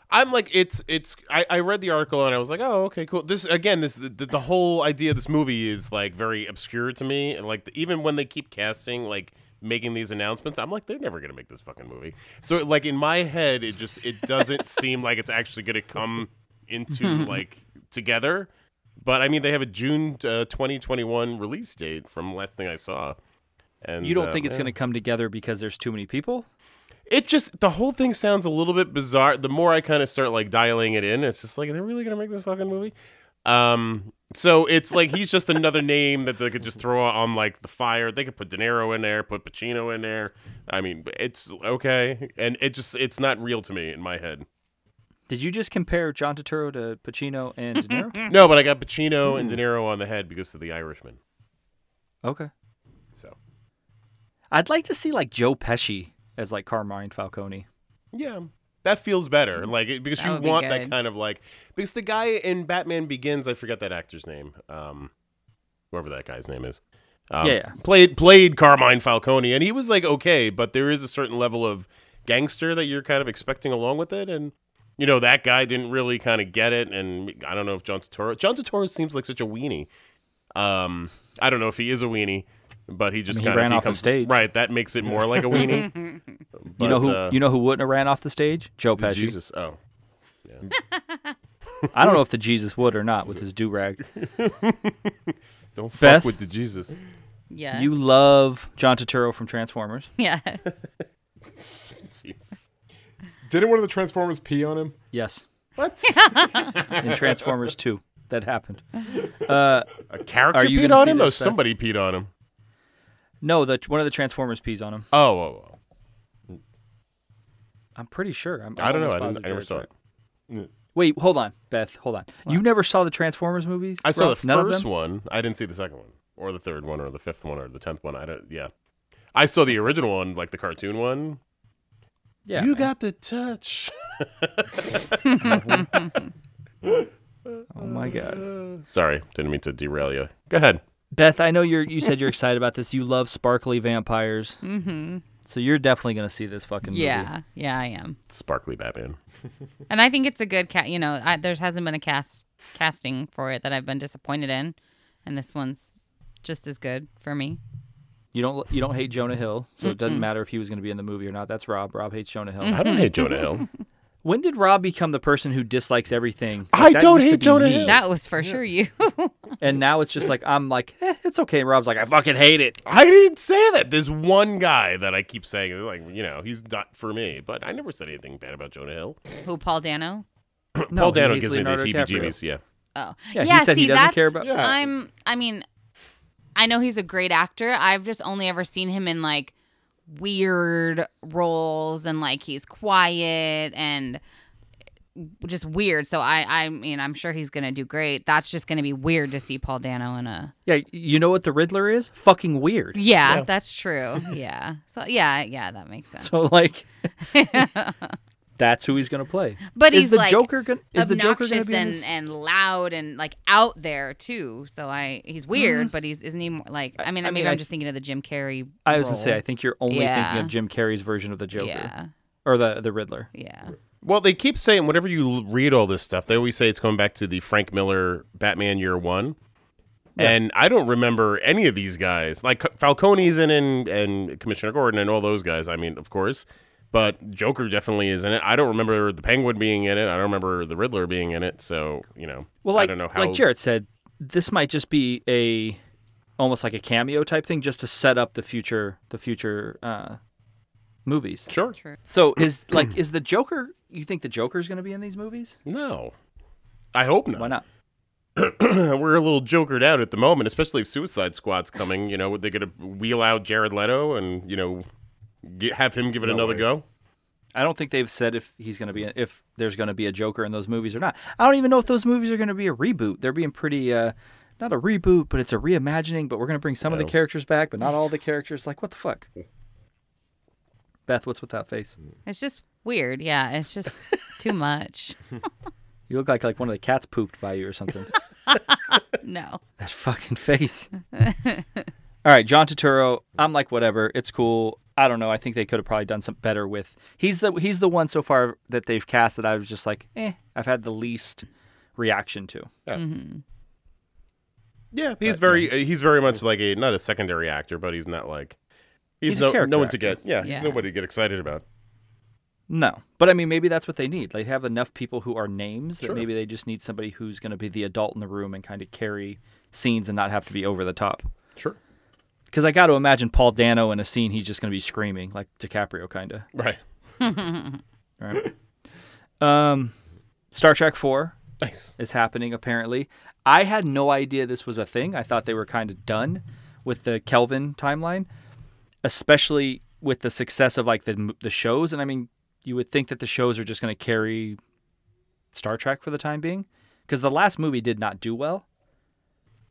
B: I'm like it's it's I, I read the article and I was like oh okay cool this again this the, the whole idea of this movie is like very obscure to me and like even when they keep casting like making these announcements I'm like they're never gonna make this fucking movie so like in my head it just it doesn't seem like it's actually gonna come into like together but I mean they have a June uh, 2021 release date from last thing I saw and
A: You don't
B: uh,
A: think it's
B: yeah.
A: going to come together because there's too many people?
B: It just the whole thing sounds a little bit bizarre. The more I kind of start like dialing it in, it's just like they're really gonna make this fucking movie. Um, so it's like he's just another name that they could just throw on like the fire. They could put De Niro in there, put Pacino in there. I mean, it's okay, and it just it's not real to me in my head.
A: Did you just compare John Turturro to Pacino and De Niro?
B: No, but I got Pacino and De Niro on the head because of The Irishman.
A: okay.
B: So
A: I'd like to see like Joe Pesci as like Carmine Falcone.
B: yeah, That feels better, like it- because
C: That
B: you
C: would be
B: want that
C: good.
B: kind of like because the guy in Batman Begins, I forget that actor's name, um, whoever that guy's name is, um,
A: Yeah, yeah.
B: played played Carmine Falcone, and he was like okay, but there is a certain level of gangster that you're kind of expecting along with it, and you know that guy didn't really kind of get it, and I don't know if John Turturro, John Turturro seems like such a weenie. Um, I don't know if he is a weenie, but he just
A: mean, he
B: kind of
A: ran off the
B: comes,
A: stage.
B: Right, that makes it more like a weenie.
A: you know
B: But,
A: who
B: uh,
A: you know who wouldn't have ran off the stage? Joe
B: the
A: Pesci.
B: Jesus. Oh,
A: I don't know if the Jesus would or not with his do rag.
B: don't fuck
A: Beth?
B: with the Jesus.
C: Yes.
A: You love John Turturro from Transformers.
C: yes.
D: Didn't one of the Transformers pee on him?
A: Yes. What? In Transformers 2. That happened.
B: A character
A: Are you
B: peed
A: gonna
B: on
A: see
B: him, or
A: this, Beth?
B: somebody peed on him?
A: No, the one of the Transformers pees on him.
B: Oh, oh, oh.
A: I'm pretty sure. I'm,
B: I don't know.
A: almost
B: I,
A: positive
B: didn't, I never
A: that's
B: saw
A: right.
B: it.
A: Wait, hold on, Beth. Hold on. You never saw the Transformers movies?
B: I saw
A: Ralph?
B: the
A: None of
B: first
A: them?
B: one. I didn't see the second one, or the third one, or the fifth one, or the tenth one. I don't. Yeah, I saw the original one, like the cartoon one.
A: Yeah.
B: you
A: man.
B: got the touch.
A: Oh my god.
B: Sorry, didn't mean to derail you. Go ahead.
A: Beth, I know you're. You said you're excited about this. You love sparkly vampires. Mm-hmm. So you're definitely gonna see this fucking movie.
C: Yeah. Yeah, I am.
B: Sparkly Batman.
C: And I think it's a good cat. You know, I, there hasn't been a cast casting for it that I've been disappointed in, and this one's just as good for me.
A: You don't. You don't hate Jonah Hill, so it doesn't matter if he was gonna be in the movie or not. That's Rob. Rob hates Jonah Hill.
C: Mm.
B: I don't hate Jonah Hill.
A: When did Rob become the person who dislikes everything? Like,
B: I
A: that
B: don't
A: used to
B: hate
A: be
B: Jonah
A: me.
B: Hill.
C: That was for sure you.
A: And now it's just like I'm like, eh, it's okay. And Rob's like, I fucking hate it.
B: I didn't say that. There's one guy that I keep saying, like, you know, he's not for me, but I never said anything bad about Jonah Hill.
C: Who Paul Dano?
A: No,
B: Paul
A: he
B: Dano
A: hates
B: gives me the
A: Leonardo
B: heebie
A: DiCaprio.
B: jeebies. Yeah.
C: Oh,
A: Yeah, he said he
C: see,
A: doesn't care
C: that's-
A: about-
D: Yeah.
C: I'm. I mean, I know he's a great actor. I've just only ever seen him in like weird roles and like he's quiet and just weird. So I, I mean, I'm sure he's gonna do great. That's just gonna be weird to see Paul Dano in a.
A: Yeah, you know what the Riddler is? Fucking weird.
C: Yeah, that's true. Yeah. So yeah, yeah, that makes sense.
A: So like, that's who he's gonna play.
C: But
A: is
C: he's,
A: the
C: like,
A: Joker gonna is the Joker gonna
C: obnoxious
A: be in
C: and,
A: this?
C: and loud and like out there too. So I he's weird, but he's isn't he more like I mean
A: Mm-hmm. I
C: maybe
A: mean,
C: I'm
A: I-
C: just thinking of the Jim Carrey.
A: I was gonna
C: role.
A: say I think you're only thinking
C: Yeah.
A: of Jim Carrey's version of the Joker
C: Yeah,
A: or the the Riddler.
C: yeah,
B: Well, they keep saying whenever you l- read all this stuff, they always say it's going back to the Frank Miller Batman Year One, and I don't remember any of these guys. Like C- Falcone's in and and Commissioner Gordon and all those guys. I mean, of course, but Joker definitely is in it. I don't remember the Penguin being in it. I don't remember the Riddler being in it. So you know,
A: Well, like
B: I don't know how.
A: like Jarrett said, this might just be a almost like a cameo type thing, just to set up the future the future uh, movies.
B: Sure.
A: So is like is the Joker? You think the Joker's gonna be in these movies?
B: No, I hope not.
A: Why not?
B: We're a little jokered out at the moment, especially if Suicide Squad's coming. You know, they're gonna wheel out Jared Leto and you know, get, have him give it another
D: way.
B: go.
A: I don't think they've said if he's going to be if there's going to be a Joker in those movies or not. I don't even know if those movies are going to be a reboot. They're being pretty uh not a reboot, but it's a reimagining, but we're going to bring some of the characters back, but not all the characters. Like what the fuck? Beth, what's with that face?
C: it's just weird. Yeah, it's just too much.
A: You look like like one of the cats pooped by you or something.
C: No,
A: that fucking face. all right, John Turturro, I'm like whatever. It's cool. I don't know. I think they could have probably done some better with. He's the he's the one so far that they've cast that I was just like, "Eh, I've had the least reaction to."
B: Yeah, he's very uh, he's very much like a not a secondary actor, but he's not like he's,
A: He's a
B: no
A: character
B: no one to
A: actor.
B: get yeah,
C: Yeah.
B: he's nobody to get excited about.
A: No, but I mean, maybe that's what they need. They have enough people who are names that
B: Sure.
A: maybe they just need somebody who's going to be the adult in the room and kind of carry scenes and not have to be over the top.
B: Sure.
A: Because I got to imagine Paul Dano in a scene, he's just going to be screaming like DiCaprio, kind of.
B: Right.
A: Um, Star Trek Four
B: Nice.
A: is happening apparently. I had no idea this was a thing. I thought they were kind of done with the Kelvin timeline, especially with the success of like the m- the shows. And I mean, you would think that the shows are just going to carry Star Trek for the time being, because the last movie did not do well.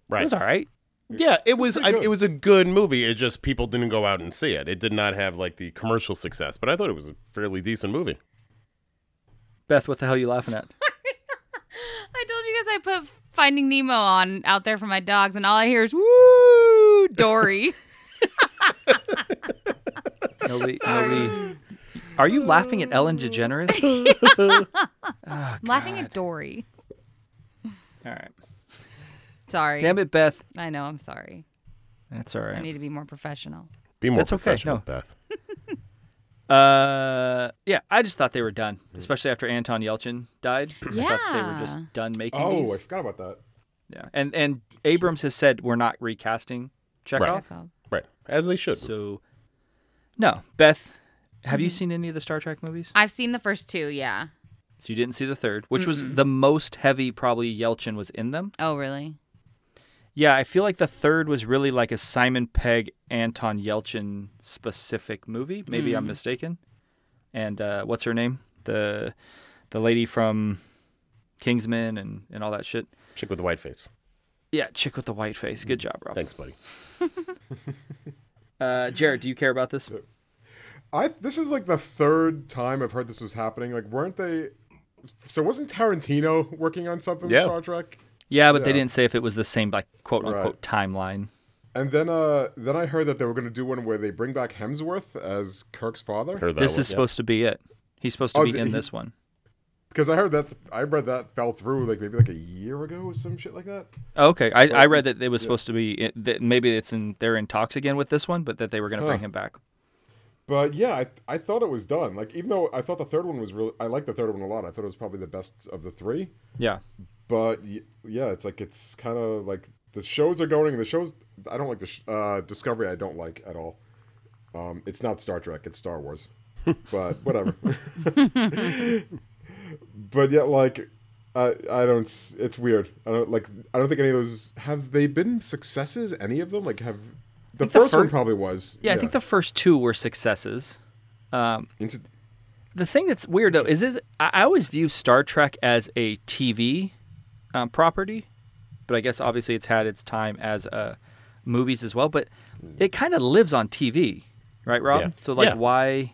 A: It
B: Right.
A: was all right.
B: Yeah, it was I,
D: good.
B: it was a good movie. It just people didn't go out and see it. It did not have like the commercial success, but I thought it was a fairly decent movie.
A: Beth, what the hell are you laughing at?
C: I told you guys I put Finding Nemo on out there for my dogs, and all I hear is woo Dory.
A: Oh, Nobody, nobody. Are you laughing at Ellen DeGeneres?
C: I'm laughing at Dory.
A: All right.
C: Sorry.
A: Damn it, Beth.
C: I know. I'm sorry.
A: That's all
C: I
A: right.
C: need to be more professional.
B: Be more
A: That's okay,
B: professional,
A: no.
B: Beth.
A: Uh, yeah, I just thought they were done,
D: Hmm.
A: especially after Anton Yelchin died. I thought that they were
C: Yeah.
A: just done making
D: Oh, I
A: these.
D: forgot about that.
A: Yeah. And and Abrams has said we're not recasting Chekhov.
C: Fuck off.
B: Right. As they should.
A: So, no, Beth, have you seen any of the Star Trek movies?
C: I've seen the first two. Yeah.
A: So you didn't see the third, which was the most heavy. Probably Yelchin was in them.
C: Oh, really?
A: Yeah, I feel like the third was really like a Simon Pegg, Anton Yelchin specific movie. Maybe I'm mistaken. And uh, what's her name? The the lady from Kingsman and, and all that shit.
B: Chick with the white face.
A: Yeah, chick with the white face. Good job, Rob.
B: Thanks, buddy.
A: Uh, Jared, do you care about this?
D: I this is like the third time I've heard this was happening. Like, weren't they? So wasn't Tarantino working on something with
B: Yeah.
D: Star Trek?
A: Yeah, but they
D: Yeah.
A: didn't say if it was the same like quote unquote
D: Right.
A: timeline.
D: And then, uh, then I heard that they were going to do one where they bring back Hemsworth as Kirk's father.
B: Heard that
A: This is
B: one.
A: supposed to be it. He's supposed to
D: Oh,
A: be
D: the-
A: in
D: he-
A: this one.
D: Because I heard that I read that fell through like maybe like a year ago or some shit like that.
A: Oh, okay, I, I read
D: he's-
A: that it was
D: yeah.
A: supposed to be it, that maybe it's in they're in talks again with this one, but that they were going to bring
D: Huh.
A: him back.
D: But yeah, I, I thought it was done. Like even though I thought the third one was really, I liked the third one a lot. I thought it was probably the best of the three.
A: Yeah,
D: But y- yeah, it's like it's kind of like the shows are going. The shows I don't like the sh- uh, Discovery. I don't like at all. Um, it's not Star Trek. It's Star Wars. but whatever. but yet, like I I don't. s- It's weird. I don't like. I don't think any of those have they been successes. Any of them like have. The
A: the
D: first one
A: fir-
D: probably was.
A: yeah, I think the first two were successes.
D: Into-
A: The thing that's weird though is, is I I always view Star Trek as a TV um, property, but I guess obviously it's had its time as uh, movies as well. But it kind of lives on TV, right, Rob?
B: Mm. Yeah.
A: So like,
B: Yeah.
A: why?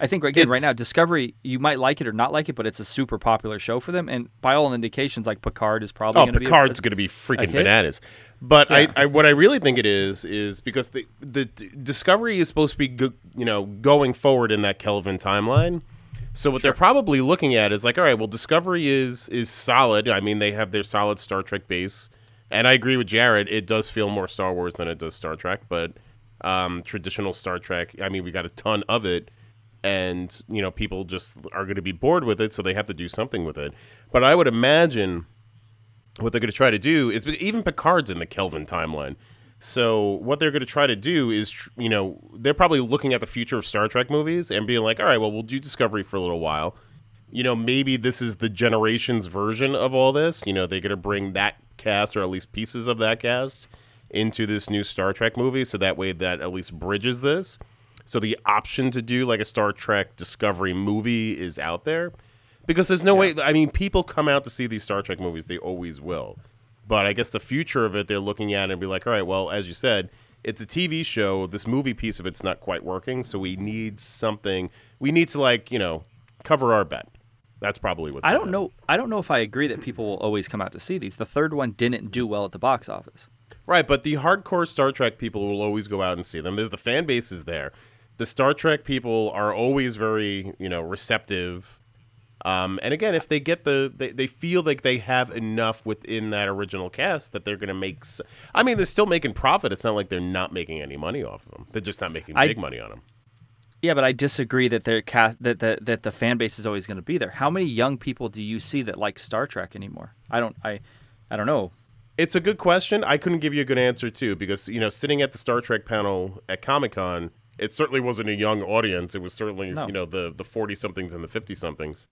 A: I think again, right now,
B: It's-
A: Discovery, you might like it or not like it, but it's a super popular show for them, and by all indications, like Picard is probably
B: Oh,
A: going to be. a-
B: Picard's
A: a-
B: going to be freaking
A: hit?
B: bananas. But
A: Yeah.
B: I, I, what I really think it is is because the the d- Discovery is supposed to be go, you know going forward in that Kelvin timeline. So what they're probably looking at is like, all right, well, Discovery is is solid. I mean, they have their solid Star Trek base, and I agree with Jared. It does feel more Star Wars than it does Star Trek, but um, traditional Star Trek. I mean, we got a ton of it, and you know, people just are going to be bored with it, so they have to do something with it. But I would imagine what they're going to try to do is even Picard's in the Kelvin timeline. So what they're going to try to do is, tr- you know, they're probably looking at the future of Star Trek movies and being like, all right, well, we'll do Discovery for a little while. You know, maybe this is the generations version of all this. You know, they're going to bring that cast or at least pieces of that cast into this new Star Trek movie, so that way that at least bridges this. So the option to do like a Star Trek Discovery movie is out there because there's no way. I mean, people come out to see these Star Trek movies; they always will. But I guess the future of it, they're looking at it and be like, all right, well, as you said, it's a TV show. This movie piece of it's not quite working, so we need something. We need to like you know cover our bet. That's probably what's.
A: I
B: gonna
A: don't
B: happen.
A: know. I don't know if I agree that people will always come out to see these. The third one didn't do well at the box office.
B: Right, but the hardcore Star Trek people will always go out and see them. There's the fan base is there. The Star Trek people are always very, you know, receptive. Um, and again, if they get the, they, they feel like they have enough within that original cast that they're going to make. s- I mean, they're still making profit. It's not like they're not making any money off of them. They're just not making
A: I-
B: big money on them.
A: Yeah, but I disagree that their cast that that, that the fan base is always going to be there. How many young people do you see that like Star Trek anymore? I don't. I, I don't know.
B: It's a good question. I couldn't give you a good answer too because you know, sitting at the Star Trek panel at Comic Con, it certainly wasn't a young audience. It was certainly
A: No.
B: you know the the forty somethings and the fifty somethings.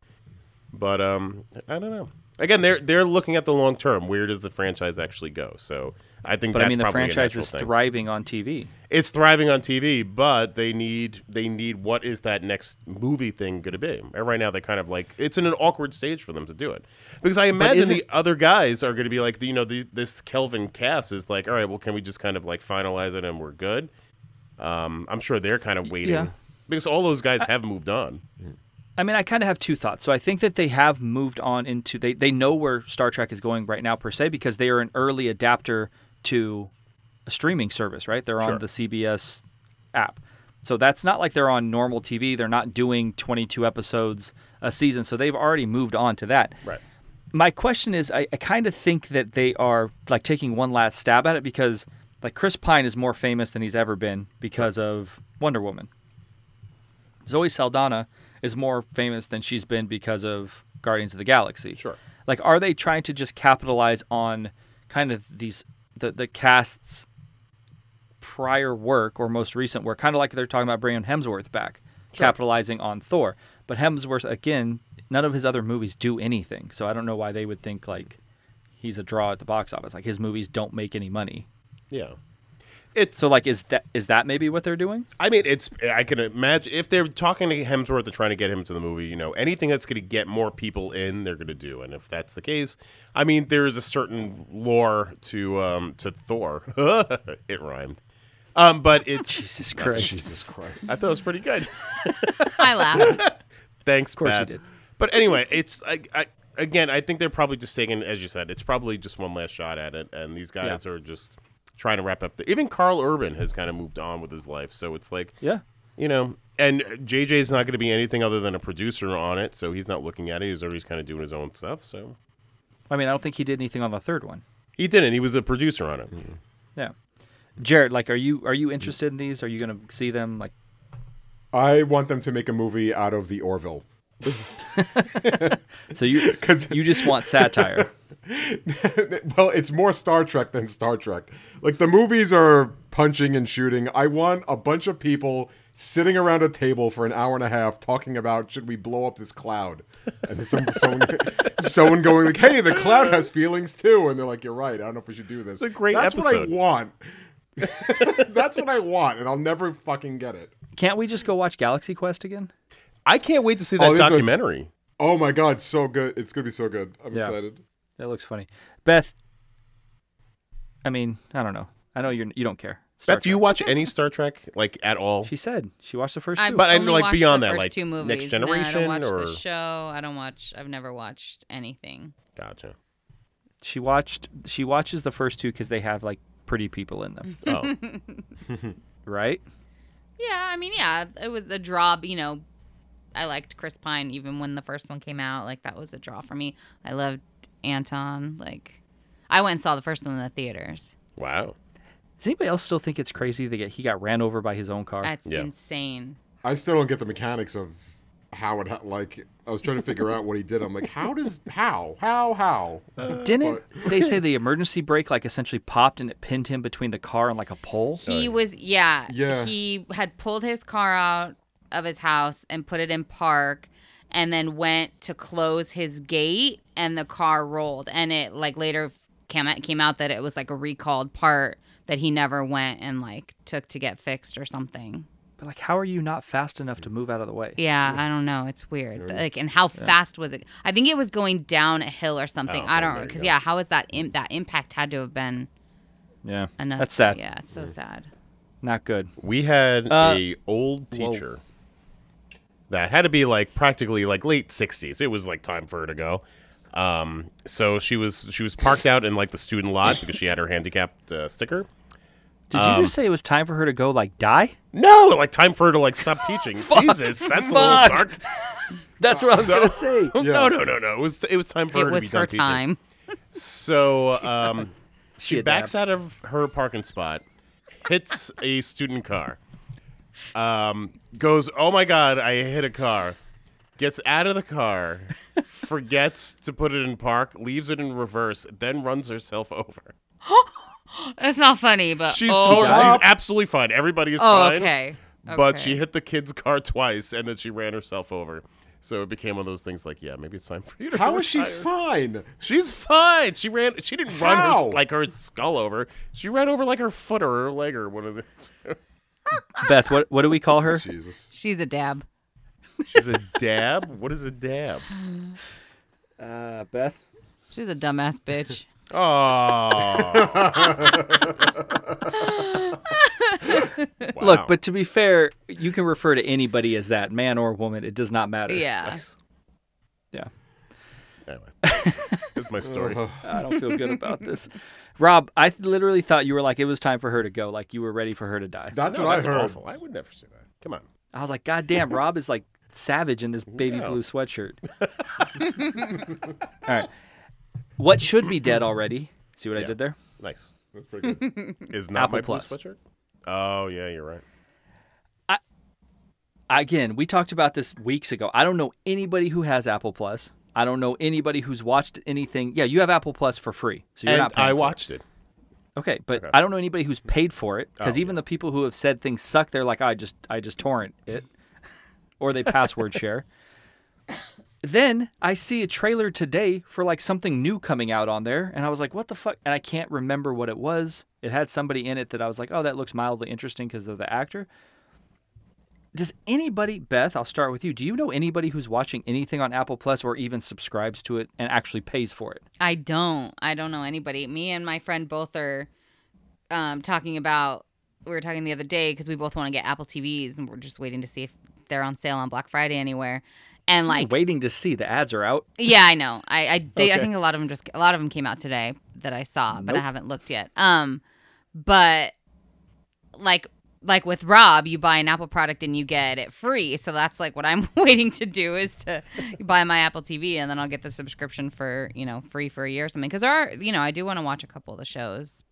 B: But um, I don't know. Again, they're they're looking at the long term. Where does the franchise actually go? So I think
A: But
B: that's
A: I mean, the
B: probably a
A: franchise
B: natural
A: is
B: thing.
A: thriving on TV.
B: it's thriving on TV, but they need they need what is that next movie thing going to be? And right now, they kind of like it's in an awkward stage for them to do it because I imagine the
A: isn't-
B: other guys are going to be like, you know, the, this Kelvin cast is like, all right, well, can we just kind of like finalize it and we're good? Um, I'm sure they're kind of waiting
A: yeah.
B: because all those guys have moved on.
A: I mean, I kind of have two thoughts. So I think that they have moved on into they they know where Star Trek is going right now per se because they are an early adapter to a streaming service, right? They're
B: Sure.
A: on the CBS app. So that's not like they're on normal TV. They're not doing 22 episodes a season. So they've already moved on to that.
B: Right.
A: My question is I, I kind of think that they are like taking one last stab at it because like Chris Pine is more famous than he's ever been because of Wonder Woman. Zoe Saldana is more famous than she's been because of Guardians of the Galaxy.
D: Sure.
A: Like, are they trying to just capitalize on kind of these the the cast's prior work or most recent work, kind of like they're talking about bringing Hemsworth back, capitalizing on Thor. But Hemsworth again, none of his other movies do anything, so I don't know why they would think like he's a draw at the box office. Like his movies don't make any money.
B: Yeah. It's
A: So like, is that is that maybe what they're doing?
B: I mean, it's I can imagine if they're talking to Hemsworth, they're trying to get him to the movie. You know, anything that's going to get more people in, they're going to do. And if that's the case, I mean, there is a certain lore to um to Thor. it rhymed, um, but it's
A: Jesus Christ.
D: Jesus Christ.
B: I thought it was pretty good.
C: I laughed.
B: Thanks,
A: course you
B: Beth.
A: did.
B: But anyway, it's I, I again, I think they're probably just taking, as you said, it's probably just one last shot at it, and these guys are just trying to wrap up. The, even Carl Urban has kind of moved on with his life, so it's like,
A: Yeah.
B: you know. And JJ's not going to be anything other than a producer on it, so he's not looking at it. He's already kind of doing his own stuff. So
A: I mean, I don't think he did anything on the third one.
B: he didn't. He was a producer on it.
A: Mm-hmm. Yeah. Jared, like, are you are you interested in these? Are you gonna see them? Like,
D: I want them to make a movie out of the Orville.
A: so you
D: 'Cause-
A: you just want satire.
D: well, it's more Star Trek than Star Trek. Like the movies are punching and shooting. I want a bunch of people sitting around a table for an hour and a half talking about should we blow up this cloud? And some someone, someone going like, "Hey, the cloud has feelings too," and they're like, "You're right. I don't know if we should do this." It's
B: a great
D: That's
B: episode.
D: what I want. That's what I want, and I'll never fucking get it.
A: Can't we just go watch Galaxy Quest again?
B: I can't wait to see that
D: there's a-
B: documentary.
D: Oh my god, so good! It's gonna be so good. I'm
A: Yeah.
D: excited.
A: That looks funny. Beth, I mean, I don't know. I know you're you don't care. Star
B: Beth, do you
A: Trek.
B: watch any Star Trek like at all?
A: She said she watched the first
C: I've
A: two.
B: But I
C: only
B: like,
C: watched
B: beyond
C: the
B: that,
C: first
B: like,
C: two movies.
B: Next
C: No,
B: Generation
C: I don't watch
B: or-
C: the show. I don't watch. I've never watched anything.
B: gotcha.
A: She watched she watches the first two because they have like pretty people in them,
B: Oh,
C: Mm.
A: right?
C: Yeah, I mean, yeah, it was a draw. You know, I liked Chris Pine even when the first one came out. Like that was a draw for me. I loved Anton. Like, I went and saw the first one in the theaters.
B: wow.
A: Does anybody else still think it's crazy that he got ran over by his own car?
C: That's
B: Uh, Yeah.
C: insane.
D: I still don't get the mechanics of how it ha- like. I was trying to figure out what he did. I'm like, how does how how how?
A: Didn't they say the emergency brake like essentially popped and it pinned him between the car and like a pole?
C: He was, yeah,
D: Yeah.
C: He had pulled his car out of his house and put it in park, and then went to close his gate, and the car rolled. And it like later came out, came out that it was like a recalled part that he never went and like took to get fixed or something.
A: But like, how are you not fast enough to move out of the way?
C: Yeah, I don't know. It's weird. But, Like, and how fast was it? I think it was going down a hill or something.
B: Oh,
C: I
B: well,
C: don't
B: there you
C: because
B: go.
C: yeah, how is that Im- that impact had to have been
A: Yeah,
C: enough?
A: that's sad.
C: Yeah, it's so sad.
A: Not good.
B: We had
A: Uh,
B: a old
A: whoa.
B: teacher that had to be like practically like late sixties. It was like time for her to go. Um, so she was she was parked out in like the student lot because she had her handicapped uh, sticker.
A: Did you just say it was time for her to go like die?
B: No, like time for her to like stop teaching. Jesus, that's a little
A: Fuck.
B: dark.
A: That's what I was gonna say.
B: No, no, no, no. It was it was time for her
C: it
B: to
C: was
B: be
C: her
B: done teaching.
C: time.
B: So um, she
A: a
B: backs out of her parking spot, hits a student car, um, goes, "Oh my god, I hit a car!" Gets out of the car, forgets to put it in park, leaves it in reverse, then runs herself over.
C: It's not funny, but
B: She's
C: oh,
B: total-
D: God.
B: she's absolutely fine. Everybody is
C: oh,
B: fine.
C: okay.
B: But
C: Okay.
B: she hit the kid's car twice, and then she ran herself over. So it became one of those things like, yeah, maybe it's time for you to.
D: How is she
B: retire.
D: fine?
B: She's fine. She ran. She didn't run her,
D: How?
B: like her skull over. She ran over like her foot or her leg or one of the.
A: Beth, what what do we call her?
D: Jesus.
C: she's a dab.
B: She's a dab. What is a dab?
A: Uh, Beth.
C: She's a dumbass bitch.
B: Oh. Wow.
A: Look, but to be fair, you can refer to anybody as that, man or woman. It does not matter.
C: Yeah.
B: Nice.
A: Yeah.
B: Anyway, that's my story.
D: Ugh.
A: I don't feel good about this. Rob, I th- literally thought you were like, it was time for her to go. Like, you were ready for her to die.
D: That's
B: No,
D: what
B: that's
D: I heard.
B: awful. I would never say that. Come on.
A: I was like, God damn, Rob is like savage in this baby
B: Yeah.
A: blue sweatshirt. All right. What should be dead already? See what I
B: Yeah.
A: did there?
B: Nice.
D: That's pretty good.
B: Is not
A: Apple
B: my blue
A: Plus.
B: sweatshirt? Oh yeah, you're right.
A: Again, we talked about this weeks ago. I don't know anybody who has Apple Plus. I don't know anybody who's watched anything. Yeah, you have Apple Plus for free. So you're
B: and
A: not paying
B: I
A: for it.
B: watched it.
A: Okay, but I don't know anybody who's paid for it because even the people who have said things suck, they're like, I just I just torrent it, or they password share. Then I see a trailer today for like something new coming out on there, and I was like, what the fuck? And I can't remember what it was. It had somebody in it that I was like, oh, that looks mildly interesting because of the actor. Does anybody, Beth? I'll start with you. Do you know anybody who's watching anything on Apple Plus or even subscribes to it and actually pays for it?
C: I don't. I don't know anybody. Me and my friend both are um, talking about. We were talking the other day because we both want to get Apple TVs, and we're just waiting to see if they're on sale on Black Friday anywhere. And like,
A: Waiting to see the ads are out.
C: yeah, I know. I I, they, I
A: Okay.
C: think a lot of them just a lot of them came out today that I saw, but I
A: Nope.
C: haven't looked yet. Um, but like like with Rob, you buy an Apple product and you get it free. So that's like what I'm waiting to do is to buy my Apple TV and then I'll get the subscription for you know free for a year or something. Because there are you know I do want to watch a couple of the shows,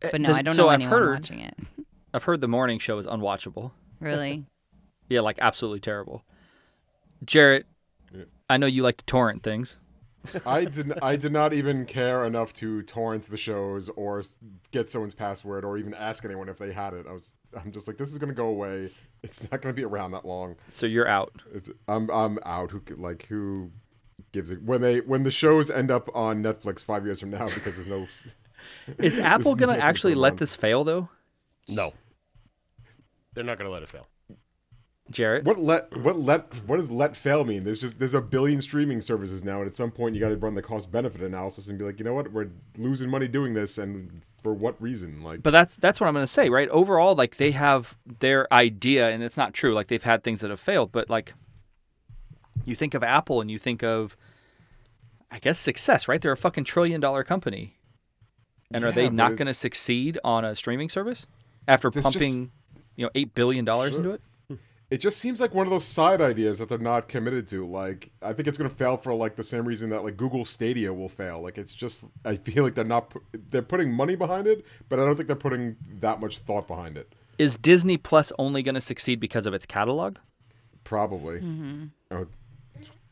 C: but no,
A: Uh, Does-
C: I don't
A: so
C: know
A: I've
C: anyone
A: heard-
C: watching it.
A: I've heard the morning show is unwatchable.
C: Really,
A: Yeah, like absolutely terrible. Jarrett,
D: Yeah.
A: I know you like to torrent things.
D: I did. I did not even care enough to torrent the shows or s- get someone's password or even ask anyone if they had it. I was. I'm just like, this is gonna go away. It's not gonna be around that long.
A: So you're out.
D: It's, I'm. I'm out. Who could- like who gives it when they when the shows end up on Netflix five years from now because there's no.
A: Is Apple going to
D: nothing
A: actually
D: going
A: let
D: on.
A: this fail though?
B: No. They're not gonna let it fail.
A: Jarrett,
D: What let what let what does let fail mean? There's just there's a billion streaming services now, and at some point you got to run the cost benefit analysis and be like, you know what, we're losing money doing this, and for what reason? Like,
A: but that's that's what I'm going to say, right? Overall, like they have their idea, and it's not true. Like they've had things that have failed, but like you think of Apple and you think of, I guess success, right? They're a fucking trillion dollar company, and are
D: Yeah,
A: they
D: but
A: not
D: it-
A: going to succeed on a streaming service after
D: There's just-
A: pumping, you know, eight billion dollars
D: Sure.
A: into it?
D: It just seems like one of those side ideas that they're not committed to. Like, I think it's going to fail for like the same reason that like Google Stadia will fail. Like, it's just I feel like they're not pu- they're putting money behind it, but I don't think they're putting that much thought behind it.
A: Is Disney Plus only going to succeed because of its catalog?
D: Probably. I would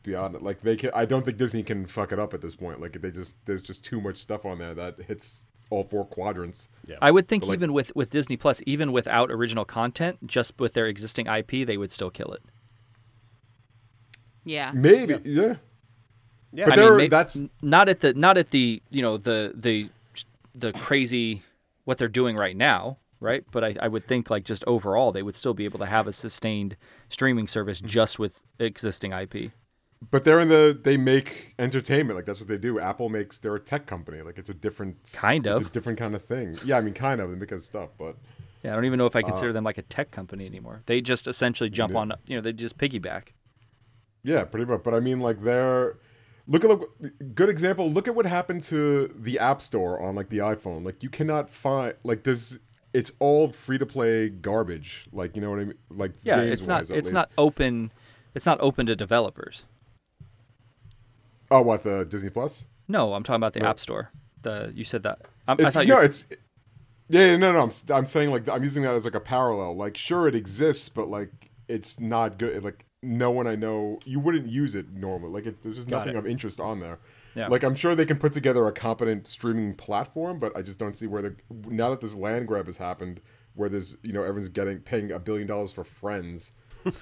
D: be honest. Like they can. I don't think Disney can fuck it up at this point. Like they just there's just too much stuff on there that hits all four quadrants.
B: Yeah.
A: I would think
D: But, like-
A: even with with Disney Plus, even without original content, just with their existing IP, they would still kill it.
C: yeah.
D: Maybe. Yeah.
B: Yeah.
D: But
A: I
D: there,
A: may-
D: that's
A: n- not at the not at the you know the the the crazy what they're doing right now, right? But I, I would think like just overall, they would still be able to have a sustained streaming service just with existing IP.
D: But they're in the they make entertainment like that's what they do. Apple makes they're a tech company like it's a different
A: Kind
D: it's
A: of.
D: a different kind of thing. Yeah, I mean kind of they make other stuff, but
A: Yeah, I don't even know if
D: Uh,
A: I consider them like a tech company anymore. They just essentially jump on you know they just piggyback.
D: yeah, pretty much. But I mean like they're look at look, good example. Look at what happened to the App Store on like the iPhone. Like you cannot find like there's it's all free to play garbage. Like you know what I mean? Like
A: Yeah,
D: games
A: it's not
D: wise,
A: it's
D: at least.
A: not open it's not open to developers.
D: Oh, what the Disney Plus?
A: No, I'm talking about the App Store. The you said that. I'm, I
D: It's
A: thought you.
D: no, it's yeah, yeah, no, no. I'm s- I'm saying like I'm using that as like a parallel. Like, sure, it exists, but like it's not good. Like, no one I know, you wouldn't use it normally. Like, it, there's just
A: Got
D: nothing
A: it.
D: of interest on there.
A: Yeah.
D: Like, I'm sure they can put together a competent streaming platform, but I just don't see where the now that this land grab has happened, where there's you know everyone's getting paying a billion dollars for Friends.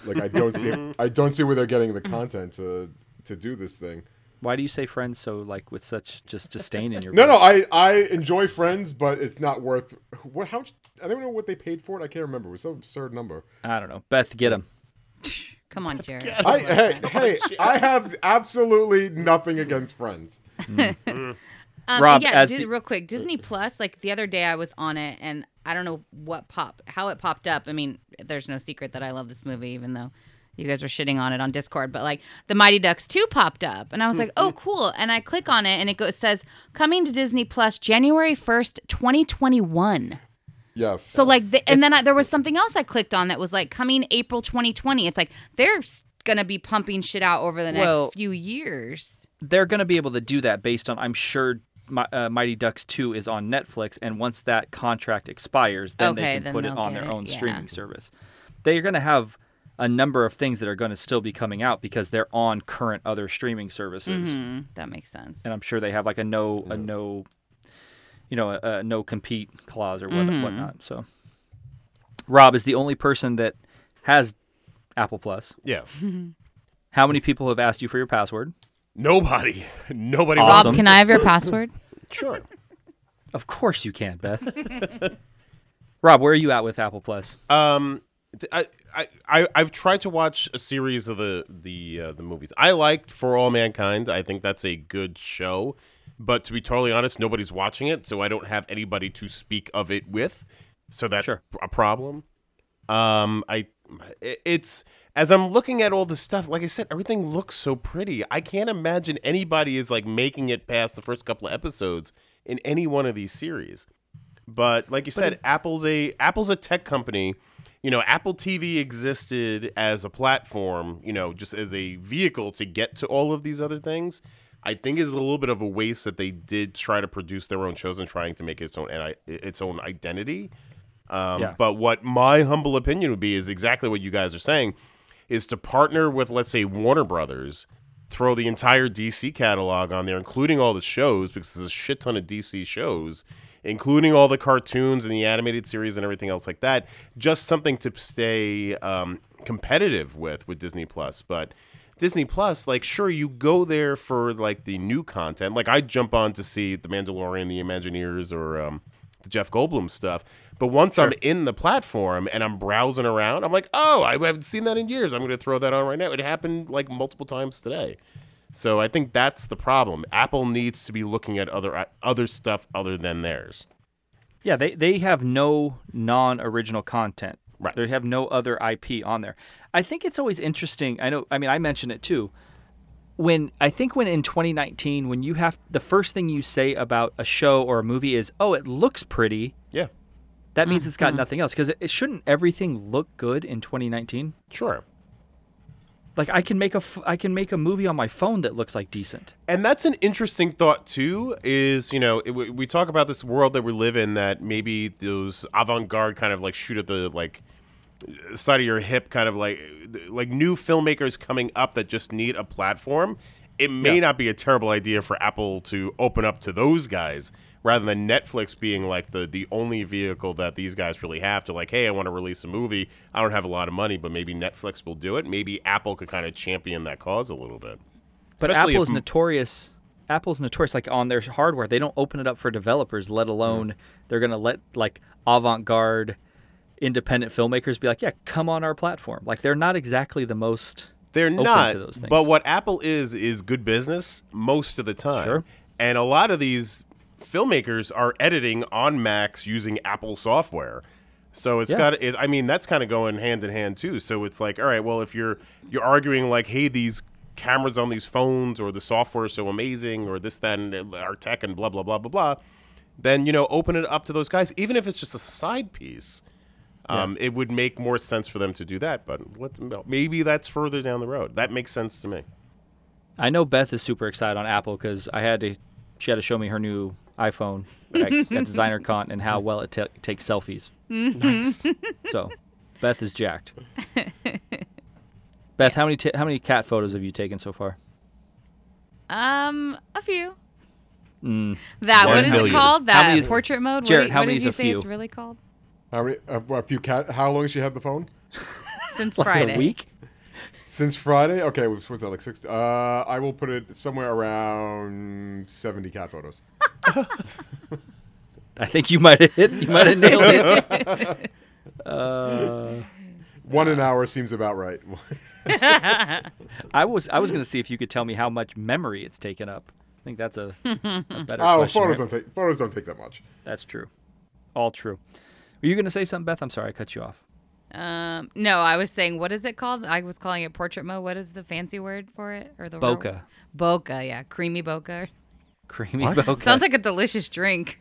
D: like, I don't see I don't see where they're getting the content to to do this thing.
A: Why do you say friends so like with such just disdain in your?
D: No, no,
A: voice?
D: I I enjoy Friends, but it's not worth what how much I don't even know what they paid for it. I can't remember. It was some absurd number.
A: I don't know. Beth, get him.
C: Come on, Jared.
D: I, hey, hey, I have absolutely nothing against Friends.
C: Um,
A: Rob,
C: yeah,
A: as
C: Dis-
A: the-
C: real quick, Disney Plus. Like the other day, I was on it, and I don't know what popped, how it popped up. I mean, there's no secret that I love this movie, even though you guys were shitting on it on Discord. But like, The Mighty Ducks two popped up, and I was like,
A: Mm-hmm.
C: oh, cool. And I click on it, and it goes says coming to Disney Plus January first, 2021.
D: Yes.
C: So like, the, and then I, there was something else I clicked on that was like coming April 2020. It's like they're s- gonna be pumping shit out over the next
A: Well-
C: few years.
A: they're going to be able to do that based on I'm sure Mi- uh, Mighty Ducks 2 is on Netflix and once that contract expires then
C: Okay,
A: they can
C: then
A: put it
C: they'll
A: on
C: get
A: their
C: it,
A: own
C: yeah.
A: streaming service. They're going to have a number of things that are going to still be coming out because they're on current other streaming services
C: Hmm, that makes sense.
A: and I'm sure they have like a no a no you know a, a no compete clause or what, whatnot. So Rob is the only person that has Apple Plus.
B: Yeah.
A: How many people have asked you for your password?
B: Nobody. Nobody
A: Rob,
B: wants
A: Awesome.
C: Rob, can I have your password?
B: Sure.
A: Of course you can, Beth. Rob, where are you at with Apple Plus?
B: Um, th- I, I, I, I've tried to watch a series of the the uh, the movies. I liked For All Mankind. I think that's a good show, but to be totally honest, nobody's watching it, so I don't have anybody to speak of it with. So that's
A: Sure.
B: a problem. Um, I, i- it's as I'm looking at all the stuff. Like I said, everything looks so pretty. I can't imagine anybody is like making it past the first couple of episodes in any one of these series. But like you said, Apple's a Apple's a tech company. You know, Apple TV existed as a platform, you know, just as a vehicle to get to all of these other things. I think is a little bit of a waste that they did try to produce their own shows and trying to make its own and its own identity. Um,
A: Yeah.
B: But what my humble opinion would be is exactly what you guys are saying, is to partner with let's say Warner Brothers, throw the entire DC catalog on there, including all the shows because there's a shit ton of DC shows, including all the cartoons and the animated series and everything else like that. Just something to stay um, competitive with with Disney Plus, but. Disney Plus, like, sure, you go there for like the new content. Like, I jump on to see The Mandalorian, The Imagineers, or um, the Jeff Goldblum stuff. But once I'm in the platform and I'm browsing around, I'm like, oh, I haven't seen that in years. I'm going to throw that on right now. It happened like multiple times today. So I think that's the problem. Apple needs to be looking at other uh, other stuff other than theirs.
A: Yeah, they, they have no non original content.
B: Right.
A: They have no other IP on there. I think it's always interesting. I know, I mean, I mentioned it too. When I think when in 2019, when you have the first thing you say about a show or a movie is, oh, it looks pretty,
B: Yeah,
A: that means it's got nothing else. Because it, it shouldn't everything look good in 2019?
B: sure.
A: Like I can make a f- I can make a movie on my phone that looks like decent.
B: And that's an interesting thought too. Is you know it, we we talk about this world that we live in that maybe those avant-garde kind of like shoot at the like side of your hip kind of like like new filmmakers coming up that just need a platform it may
A: Yeah.
B: not be a terrible idea for apple to open up to those guys rather than netflix being like the the only vehicle that these guys really have to like hey i want to release a movie i don't have a lot of money but maybe netflix will do it maybe apple could kind of champion that cause a little bit
A: But
B: Especially
A: Apple's
B: if-
A: notorious. Apple's notorious. Like on their hardware, they don't open it up for developers. Let alone they're gonna let like avant-garde, independent filmmakers be like, yeah, come on our platform. Like they're not exactly the most.
B: They're
A: open
B: not.
A: to those things.
B: But what Apple is is good business most of the time.
A: Sure.
B: And a lot of these filmmakers are editing on Macs using Apple software. So it's
A: Yeah.
B: got it, I mean that's kind of going hand in hand too. So it's like all right, well if you're you're arguing like hey these cameras on these phones or the software is so amazing or this that and our tech and blah blah blah blah blah then you know open it up to those guys even if it's just a side piece um, it would make more sense for them to do that but let them know. maybe that's further down the road that makes sense to me
A: I know Beth is super excited on Apple because I had to. She had to show me her new iPhone at Designer Con and how well it ta- takes selfies.
B: nice
A: So, Beth is jacked. Beth, how many t- how many cat photos have you taken so far?
C: Um, a few. That what
B: One
C: is it
B: million.
C: called?
A: Mm. How
C: That
A: many is-
C: portrait mode.
A: Jared,
C: what,
A: how
C: what
A: many
C: did
A: is
C: you
A: a
C: say it's
A: few?
C: really called?
D: How many? A, a few cat. How long has she had the phone?
C: Since
A: Like
C: Friday.
A: a week.
D: Since Friday. Okay, what was that like six? Uh, I will put it somewhere around seventy cat photos.
A: I think you might have hit. You might have nailed it.
D: One an hour seems about right.
A: I was I was gonna see if you could tell me how much memory it's taken up. I think that's a, a better
D: oh,
A: question.
D: photos
A: right?
D: don't take photos don't take that much.
A: That's true. All true. Were you gonna say something, Beth? I'm sorry, I cut you off.
C: Um, no, I was saying, what is it called? I was calling it portrait mode. What is the fancy word for it? Or the real-
A: Bokeh.
C: Bokeh, yeah, creamy bokeh.
A: Creamy bokeh.
C: Sounds like a delicious drink.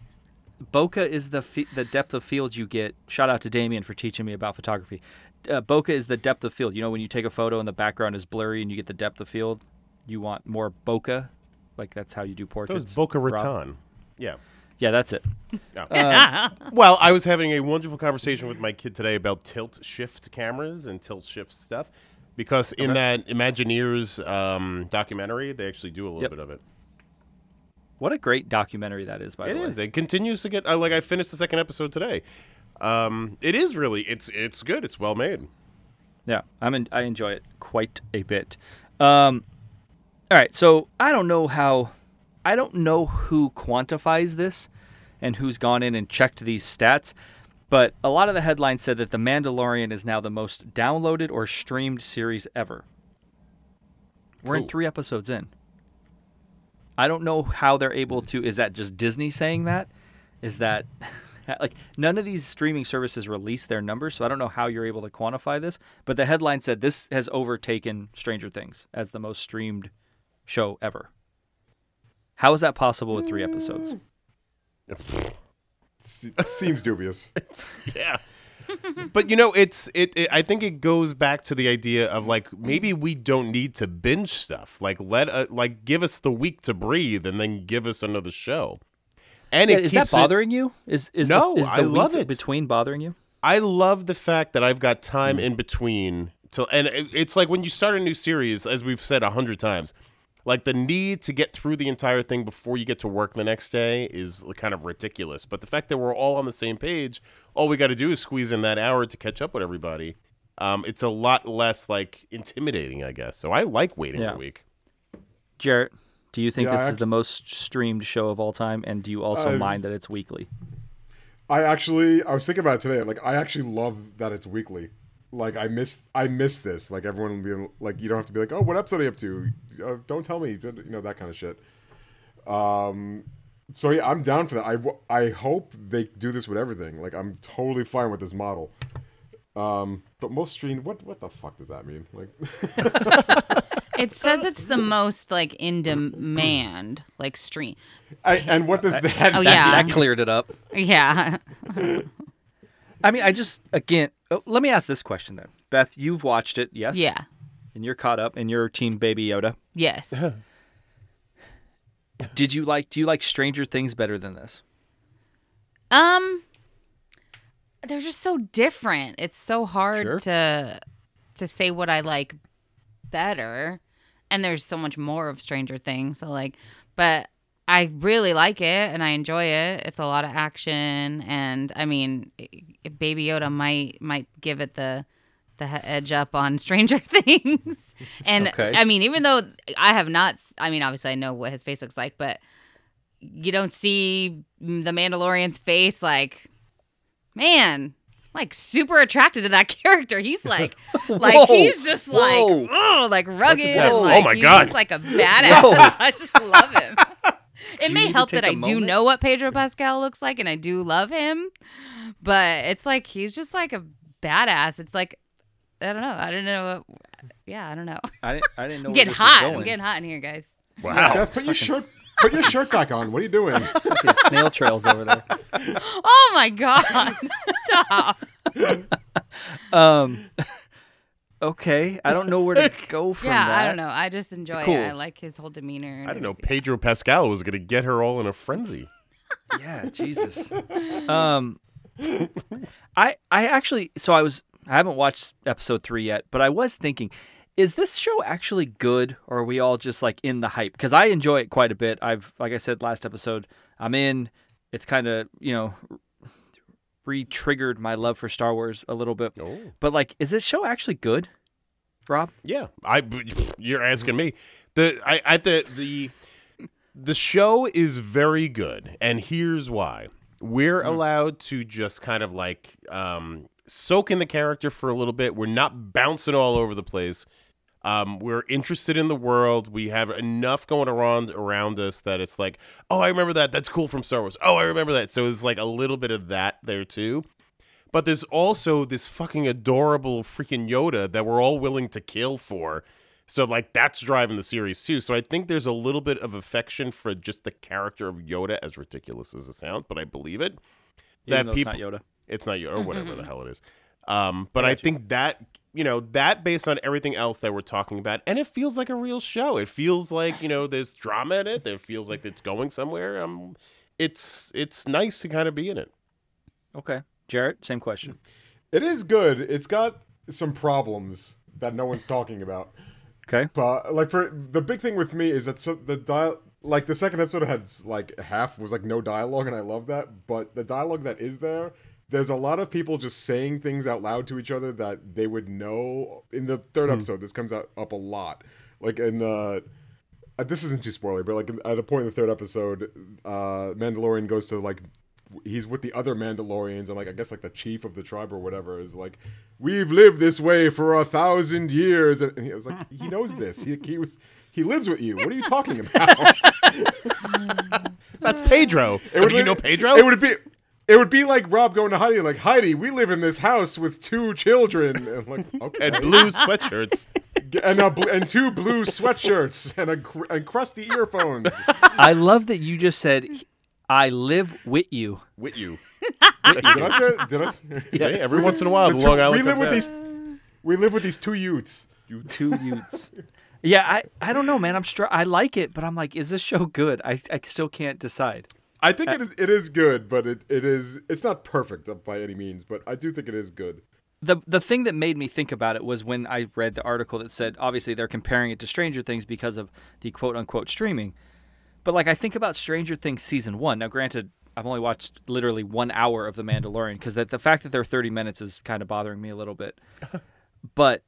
A: bokeh is the fe- the depth of field you get. Shout out to Damien for teaching me about photography. Uh, bokeh is the depth of field. You know when you take a photo and the background is blurry and you get the depth of field. You want more bokeh, like that's how you do
B: That was
A: portraits.
B: Boca
A: Rob?
B: Raton. Yeah.
A: Yeah, that's it.
B: Well, I was having a wonderful conversation with my kid today about tilt shift cameras and tilt shift stuff because in that Imagineers um, documentary, they actually do a little
A: Yep.
B: bit of it.
A: What a great documentary that is, by
B: It
A: the way.
B: is. It continues to get I, like I finished the second episode today. Um, it is really. It's it's good. It's well made.
A: Yeah, I'm in, I enjoy it quite a bit. Um, all right, so I don't know how, I don't know who quantifies this, and who's gone in and checked these stats, but a lot of the headlines said that The Mandalorian is now the most downloaded or streamed series ever. We're in
B: Cool.
A: three episodes in. I don't know how they're able to. Is that just Disney saying that? Is that like none of these streaming services release their numbers, so I don't know how you're able to quantify this. But the headline said this has overtaken Stranger Things as the most streamed show ever. How is that possible with three episodes?
D: Se- seems dubious.
B: yeah. but you know, it's it, it. I think it goes back to the idea of like maybe we don't need to binge stuff. Like let uh, like give us the week to breathe, and then give us another show. And
A: Yeah,
B: it
A: is
B: keeps
A: that
B: it-
A: bothering you? Is is the-
B: No,
A: is the
B: I love
A: week
B: it.
A: between bothering you?
B: I love the fact that I've got time in between till, and it- it's like when you start a new series, as we've said a hundred times, like the need to get through the entire thing before you get to work the next day is kind of ridiculous. But the fact that we're all on the same page, all we got to do is squeeze in that hour to catch up with everybody. Um, it's a lot less like intimidating, I guess. So I like waiting
A: Yeah.
B: a week.
A: Jarrett, do you think
D: Yeah,
A: this
D: I
A: is
D: act-
A: the most streamed show of all time? And do you also
D: I've-
A: mind that it's weekly?
D: I actually I was thinking about it today. Like I actually love that it's weekly. Like I miss I miss this. Like everyone being like you don't have to be like oh what episode are you up to? Uh, don't tell me you know that kind of shit. Um, so yeah, I'm down for that. I w- I hope they do this with everything. Like I'm totally fine with this model. Um, but most streamed what what the fuck does that mean? Like
C: It says it's the most like in demand, like stream.
D: I, and what does that?
C: Oh, yeah.
A: That cleared it up.
C: Yeah.
A: I mean, I just again, oh, let me ask this question then. Beth, you've watched it, yes?
C: Yeah.
A: And you're caught up, and you're Team Baby Yoda.
C: Yes.
A: Did you like? Do you like Stranger Things better than this?
C: Um they're just so different. It's so hard
A: Sure.
C: to to say what I like better. And there's so much more of Stranger Things, so like but I really like it and I enjoy it. It's a lot of action and I mean i- i- Baby Yoda might might give it the the he- edge up on Stranger Things. and
A: Okay.
C: I mean even though I have not s- I mean obviously I know what his face looks like, but you don't see the Mandalorian's face like, man, like super attracted to that character. He's like, like
A: Whoa,
C: he's just like,
A: whoa.
C: oh, like rugged
A: that?
C: and
A: Whoa.
C: like
B: Oh my
C: he's
B: God.
C: just like a badass.
A: Whoa.
C: I just love him.
A: you
C: It
A: need
C: may
A: to
C: help
A: take
C: that
A: a
C: I do
A: moment?
C: know what Pedro Pascal looks like, and I do love him, but it's like he's just like a badass. It's like I don't know. I don't know. What, yeah, I don't know.
A: I didn't. I didn't know.
C: I'm
A: where
C: getting
A: this was
C: hot. I'm
A: going.
C: getting hot in here, guys.
B: Wow.
D: Beth, put your shirt put your shirt back on. What are you doing?
A: Fucking snail trails over there.
C: Oh my god! Stop.
A: Um. Okay, I don't know where to go from
C: yeah,
A: that.
C: I don't know. I just enjoy
A: Cool.
C: it. I like his whole demeanor. and
B: I don't know.
C: his-
B: Pedro Pascal was going to get her all in a frenzy.
A: yeah jesus um i i actually so i was i haven't watched episode three yet but i was thinking is this show actually good or are we all just like in the hype because i enjoy it quite a bit i've like i said last episode i'm in it's kind of you know re-triggered my love for star wars a little bit
B: Oh.
A: but like is this show actually good rob
B: Yeah, I. You're asking me. The I at the the the show is very good, and here's why. We're allowed to just kind of like um, soak in the character for a little bit. We're not bouncing all over the place. Um, we're interested in the world. We have enough going around around us that it's like, oh, I remember that. That's cool from Star Wars. Oh, I remember that. So there's like a little bit of that there too. But there's also this fucking adorable freaking Yoda that we're all willing to kill for. So like that's driving the series too. So I think there's a little bit of affection for just the character of Yoda, as ridiculous as it sounds, but I believe it.
A: Even
B: That
A: though
B: people,
A: it's not Yoda.
B: it's not Yoda or whatever the hell it is. Um, but
A: I
B: I,
A: got you.
B: think that you know that based on everything else that we're talking about, and it feels like a real show. It feels like you know there's drama in it. It feels like it's going somewhere. Um, it's it's nice to kind of be in it.
A: Okay. Jarrett, same question.
D: It is good. It's got some problems that no one's talking about.
A: Okay.
D: But like for the big thing with me is that so the dial like the second episode had s- like half was like no dialogue and I love that, but the dialogue that is there there's a lot of people just saying things out loud to each other that they would know in the third episode. This comes out, up a lot. Like in the uh, this isn't too spoilery, but like at a point in the third episode, uh, Mandalorian goes to like w- he's with the other Mandalorians and like I guess like the chief of the tribe or whatever is like, we've lived this way for a thousand years, and he was like, he knows this. He, he was he lives with you. What are you talking about?
B: That's Pedro.
D: It would
B: you
D: be-
B: know Pedro?
D: It would be. It would be like Rob going to Heidi, like Heidi, we live in this house with two children, and like okay,
B: and blue sweatshirts.
D: and a bl- and two blue sweatshirts and a cr- and crusty earphones.
A: I love that you just said, I live with you.
B: With you.
D: Did I say? Did I? Say,
B: See, every once in a while, the, Long Island
D: we live
B: comes
D: with
B: out.
D: these. We live with these two youths.
A: You two youths. Yeah, I, I don't know, man. I'm str- I like it, but I'm like, is this show good? I, I still can't decide.
D: I think it is. It is good, but it, it is. It's not perfect by any means, but I do think it is good.
A: the the thing that made me think about it was when I read the article that said obviously they're comparing it to Stranger Things because of the quote unquote streaming. But like I think about Stranger Things season 1. Now granted, I've only watched literally 1 hour of The Mandalorian cuz that the fact that they're 30 minutes is kind of bothering me a little bit. but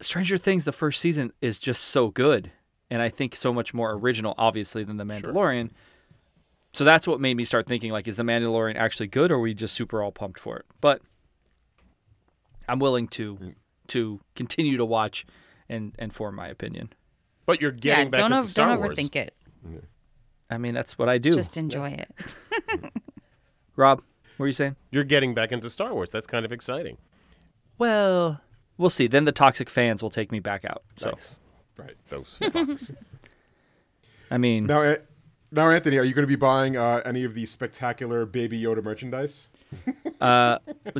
A: Stranger Things the first season is just so good and I think so much more original obviously than The Mandalorian. So that's what made me start thinking like is The Mandalorian actually good or are we just super all pumped for it? But I'm willing to to continue to watch and and form my opinion.
B: But you're getting
C: yeah,
B: back
C: don't
B: into
C: ov-
B: Star
C: don't
B: Wars.
C: overthink it.
A: I mean, that's what I do.
C: Just enjoy it.
A: Rob, what were you saying?
B: You're getting back into Star Wars. That's kind of exciting.
D: Oh.
A: Well, we'll see. Then the toxic fans will take me back out. So
B: Nice.
D: Right
B: Those fucks.
A: I mean,
D: now, An- now, Anthony, are you going to be buying uh, any of the spectacular Baby Yoda merchandise?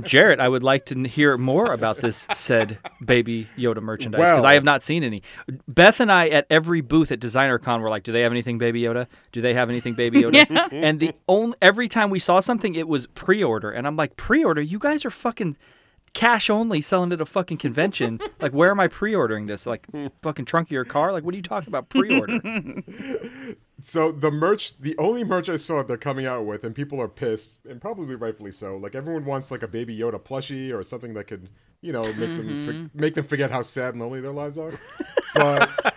A: Jarrett, I would like to n- hear more about this said Baby Yoda merchandise because
D: Well-
A: I have not seen any. Beth and I at every booth at DesignerCon were like, "Do they have anything Baby Yoda? Do they have anything Baby Yoda?" And the only every time we saw something, it was pre-order, and I'm like, "Pre-order? You guys are fucking cash only selling at a fucking convention. Like, where am I pre-ordering this? Like, fucking trunk of your car? Like, what are you talking about pre-order?"
D: So the merch, the only merch I saw they're coming out with, and people are pissed, and probably rightfully so. Like everyone wants like a Baby Yoda plushie or something that could, you know, make them for- make them forget how sad and lonely their lives are. But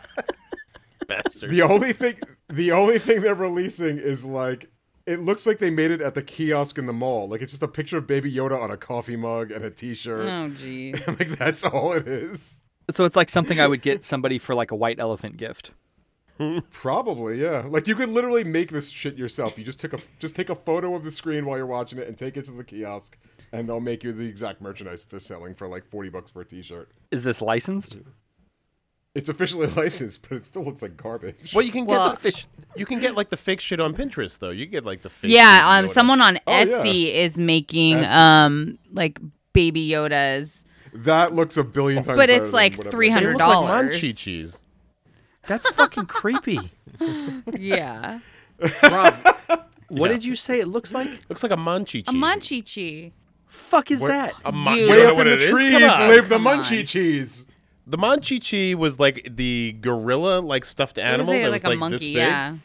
B: Bastard.
D: The only thing, the only thing they're releasing is like, it looks like they made it at the kiosk in the mall. Like it's just a picture of Baby Yoda on a coffee mug and a T-shirt.
C: Oh, gee.
D: like that's all it is.
A: so it's like something I would get somebody for like a white elephant gift.
D: Probably, yeah. Like you could literally make this shit yourself. You just took a just take a photo of the screen while you're watching it and take it to the kiosk, and they'll make you the exact merchandise they're selling for like forty bucks for a T-shirt.
A: Is this licensed?
D: It's officially licensed, but it still looks like garbage.
B: Well, you can get
C: Well-
B: the fish. You can get like the fake shit on Pinterest though. You can get like the fake.
C: Yeah,
B: Baby
C: um,
B: Yoda.
C: someone on
D: Oh, yeah.
C: Etsy is making
D: Etsy.
C: um like baby Yodas,
D: That looks a billion times.
C: but
D: better
C: it's
D: than
C: like
D: whatever-
C: three
B: They
C: hundred
B: look like
C: dollars.
B: Munchie cheese.
A: That's fucking creepy.
C: yeah,
A: Rob, what did you say it looks like?
B: Looks like a munchie cheese.
C: a munchie chi.
A: Fuck is that?
B: A mun-
C: You-
B: you don't
C: Way
D: Way
B: know
D: up
B: what
D: in the
B: it is? Come
D: trees
B: on.
D: live the
C: Come on.
D: munchie cheese.
B: The munchie cheese was like the gorilla, like stuffed animal that was
C: like a
B: like this
C: monkey,
B: big,
C: yeah.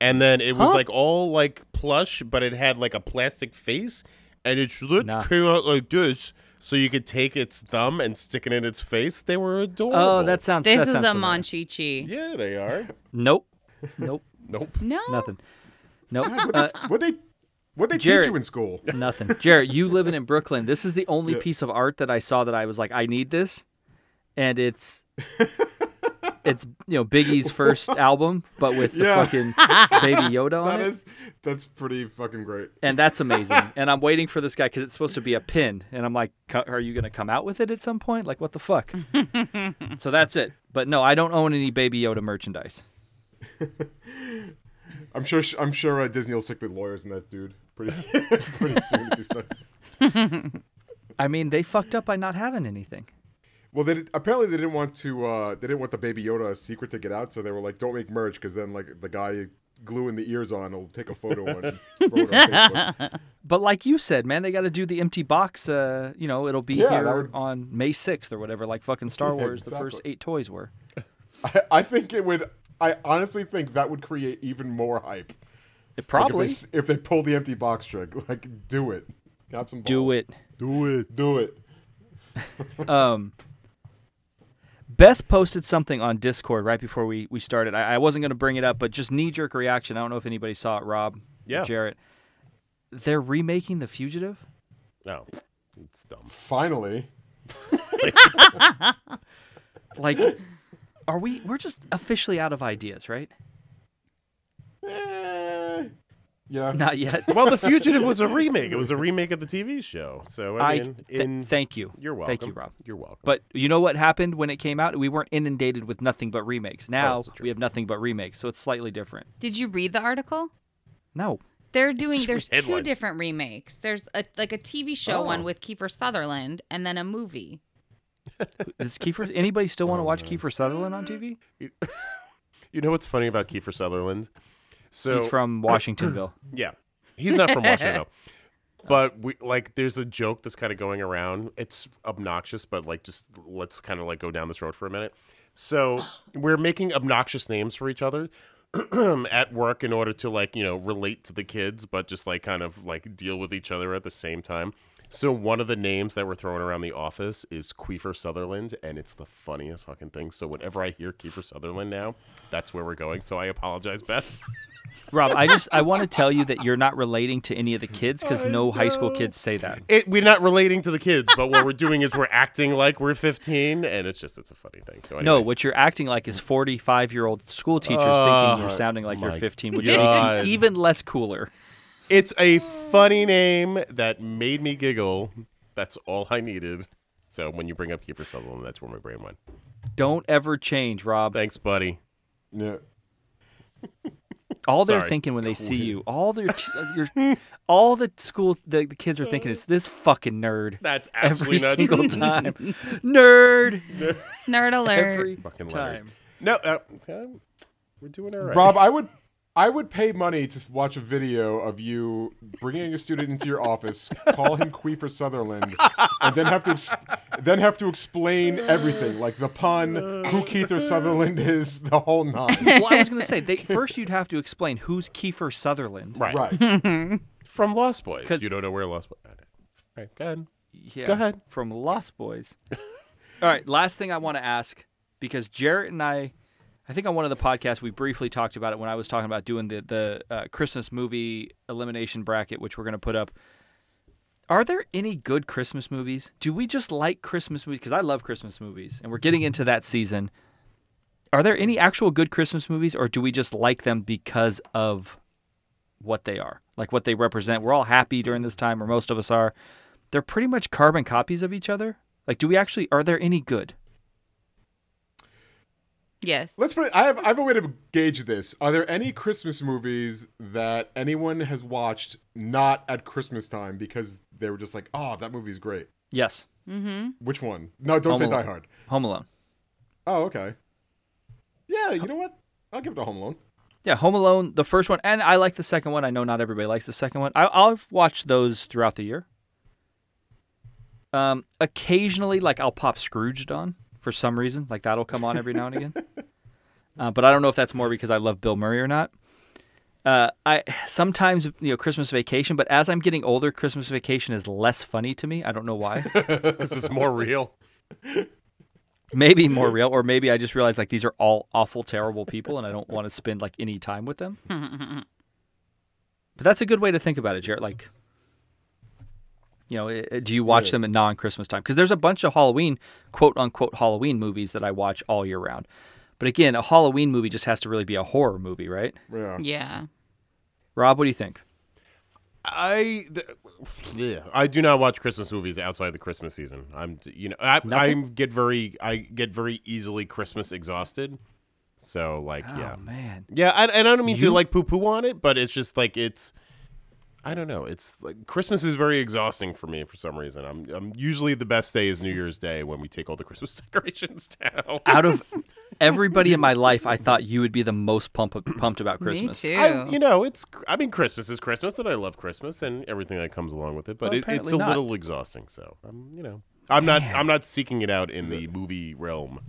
B: and then it was
A: Huh?
B: like all like plush, but it had like a plastic face, and its lip
A: Nah.
B: came out like this, so you could take its thumb and stick it in its face. They were adorable.
A: Oh, that sounds.
C: This
A: that
C: is a
A: sounds familiar.
C: munchie chi.
B: Yeah, they are.
A: Nope. Nope.
B: Nope.
C: No,
A: Nothing. Nope.
D: God,
A: Uh,
D: what they What they
A: Jared.
D: teach you in school?
A: Nothing. Jarrett, you living in Brooklyn, this is the only piece of art that I saw that I was like, I need this, and it's it's you know Biggie's first album, but with the
D: Yeah.
A: fucking Baby Yoda on
D: That
A: it,
D: is that's pretty fucking great.
A: and that's amazing. And I'm waiting for this guy because it's supposed to be a pin, and I'm like, "Co- are you gonna come out with it at some point? Like, what the fuck? so that's it. But no, I don't own any Baby Yoda merchandise.
D: I'm sure I'm sure uh, Disney will stick with lawyers and that dude pretty pretty soon. if he starts.
A: I mean, they fucked up by not having anything.
D: Well, they did, apparently they didn't want to. Uh, they didn't want the Baby Yoda secret to get out, so they were like, "Don't make merch," because then like the guy gluing the ears on will take a photo and throw it on Facebook.
A: But like you said, man, they got to do the empty box. Uh, you know, it'll be
D: Yeah, that
A: here
D: would-
A: on May 6th or whatever, like fucking Star Wars, the first
D: exactly.
A: eight toys were.
D: I, I think it would. I honestly think that would create even more hype.
A: It
D: Like,
A: probably.
D: if they, s- if they pull the empty box trick, like do it. Have some.
A: Do
D: balls.
A: it.
D: Do it. Do it.
A: Um, Beth posted something on Discord right before we, we started. I, I wasn't going to bring it up, but just knee jerk reaction. I don't know if anybody saw it, Rob,
B: Yeah.
A: Jarrett. They're remaking The Fugitive.
B: No, it's dumb.
D: Finally,
A: Like, are we? We're just officially out of ideas, right?
D: Eh, yeah.
A: Not yet.
B: Well, The Fugitive was a remake. It was a remake of the TV show. So I,
A: I
B: mean,
A: th-
B: in
A: thank you.
B: you're welcome.
A: Thank you, Rob.
B: You're welcome.
A: But you know what happened when it came out? We weren't inundated with nothing but remakes. Now
B: that's the
A: we have nothing but remakes, so it's slightly different.
C: Did you read the article?
A: No.
C: They're doing there's two
B: Headlines.
C: different remakes. There's a like a TV show
B: Oh.
C: one with Kiefer Sutherland and then a movie.
A: Does Kiefer anybody still
B: Oh,
A: want to watch Kiefer Sutherland on TV?
B: you know what's funny about Kiefer Sutherland? So
A: He's from Washingtonville.
B: Yeah. He's not from Washington though. But we like there's a joke that's kind of going around. It's obnoxious, but like just let's kind of like go down this road for a minute. So we're making obnoxious names for each other at work in order to like, you know, relate to the kids, but just like kind of like deal with each other at the same time. So one of the names that we're throwing around the office is Queefer Sutherland, and it's the funniest fucking thing. So whenever I hear Queefer Sutherland now, that's where we're going. So I apologize, Beth.
A: Rob, I just I want to tell you that you're not relating to any of the kids because no high school kids say that.
B: it, we're not relating to the kids, but what we're doing is we're acting like we're 15, and it's just it's a funny thing. So
A: No,
B: anyway.
A: what you're acting like is 45 year old school teachers thinking you're sounding like you're
B: Oh, my
A: 15, which
B: God.
A: makes you even less cooler.
B: it's a funny name that made me giggle. That's all I needed. So when you bring up Kiefer Sutherland, that's where my brain went.
A: Don't ever change, Rob.
B: Thanks, buddy.
D: Yeah.
A: All they're
B: Sorry.
A: thinking when they see you, all their, ch- uh, your, all the school, the, the kids are thinking is this fucking nerd.
B: That's
A: every
B: absolutely not
A: single
B: true.
A: time, nerd.
C: Nerd alert.
A: Every
B: Fucking Leonard.
A: time.
B: No, uh, uh, we're doing all right.
D: Rob, I would I would pay money to watch a video of you bringing a student into your office, call him Queefer Sutherland, and then have to ex- then have to explain everything, like the pun, who Keither Sutherland is, the whole nine.
A: Well, I was gonna say they, first you'd have to explain who's Kiefer Sutherland.
B: right.
D: Right.
B: from Lost Boys.
A: 'Cause-
B: You don't know where Lost Boys. Right, go ahead.
A: Yeah,
B: Go ahead.
A: From Lost Boys. All right, last thing I want to ask because Jarrett and I, I think on one of the podcasts we briefly talked about it when I was talking about doing the the uh, Christmas movie elimination bracket, which we're gonna put up. Are there any good Christmas movies? Do we just like Christmas movies? Because I love Christmas movies, and we're getting into that season. Are there any actual good Christmas movies, or do we just like them because of what they are, like what they represent. We're all happy during this time, or most of us are. They're pretty much carbon copies of each other. Like, do we actually, are there any good?
C: Yes.
D: Let's put it, I have I have a way to gauge this. Are there any Christmas movies that anyone has watched not at Christmas time because they were just like, "Oh, that movie's great."
A: Yes.
D: Which one? No, don't say
A: Home
D: Die
A: Alone.
D: Hard.
A: Home Alone.
D: Oh, okay. Yeah, you know what? I'll give it to Home Alone.
A: Yeah, Home Alone, the first one, and I like the second one. I know not everybody likes the second one. I, I've watched those throughout the year. Um, occasionally, like I'll pop Scrooged on for some reason. Like that'll come on every now and again. Uh, but I don't know if that's more because I love Bill Murray or not. Uh, I sometimes you know Christmas Vacation, but as I'm getting older, Christmas Vacation is less funny to me. I don't know why.
B: This is more real.
A: maybe more real, or maybe I just realized like these are all awful, terrible people, and I don't want to spend like any time with them. But that's a good way to think about it, Jared. Like, you know, i- i- do you watch them at non Christmas time? Because there's a bunch of Halloween, quote unquote, Halloween movies that I watch all year round. But again, a Halloween movie just has to really be a horror movie, right?
D: Yeah.
C: Yeah.
A: Rob, what do you think?
B: I th- yeah, I do not watch Christmas movies outside the Christmas season. I'm you know I I get very I get very easily Christmas exhausted. So like yeah.
A: Oh, man.
B: Yeah, and, and I don't mean
A: You-
B: to like poo poo on it, but it's just like it's. I don't know. It's like Christmas is very exhausting for me for some reason. I'm I'm usually the best day is New Year's Day when we take all the Christmas decorations down.
A: Out of everybody in my life, I thought you would be the most pump- pumped about Christmas.
C: Me too.
B: I, you know, it's I mean Christmas is Christmas and I love Christmas and everything that comes along with it, but
A: Well,
B: it, it's
A: apparently
B: a
A: not.
B: little exhausting. So I'm you know I'm not I'm not seeking it out in the movie realm.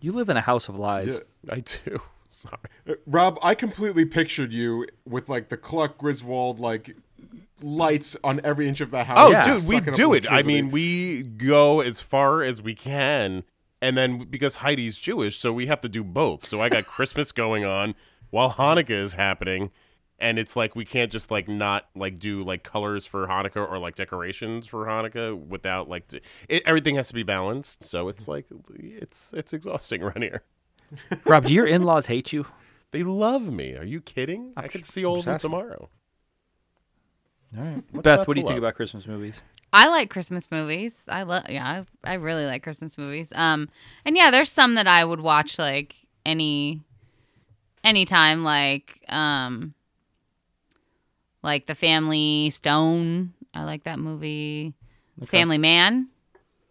A: You live in a house of lies.
D: Yeah.
B: I do. Sorry.
D: Uh, Rob, I completely pictured you with like the Cluck Griswold like lights on every inch of the house.
B: Oh,
A: Yeah.
B: dude, we
D: sucking up
B: do it. I
D: electricity.
B: mean, we go as far as we can, and then because Heidi's Jewish, so we have to do both. So I got Christmas going on while Hanukkah is happening, and it's like we can't just like not like do like colors for Hanukkah or like decorations for Hanukkah without like d it, everything has to be balanced. So it's like it's it's exhausting right here.
A: Rob, do your in laws hate you?
B: They love me. Are you kidding? i
A: I'm
B: could
A: sh-
B: see all
A: I'm
B: of them
A: just asking.
B: tomorrow.
A: All right.
B: What's
A: Beth,
B: not
A: what
B: to
A: do you think
B: love?
A: about Christmas movies?
C: I like Christmas movies. I love yeah, I, I really like Christmas movies. Um and yeah, there's some that I would watch like any anytime like um like The Family Stone. I like that movie. Family Man.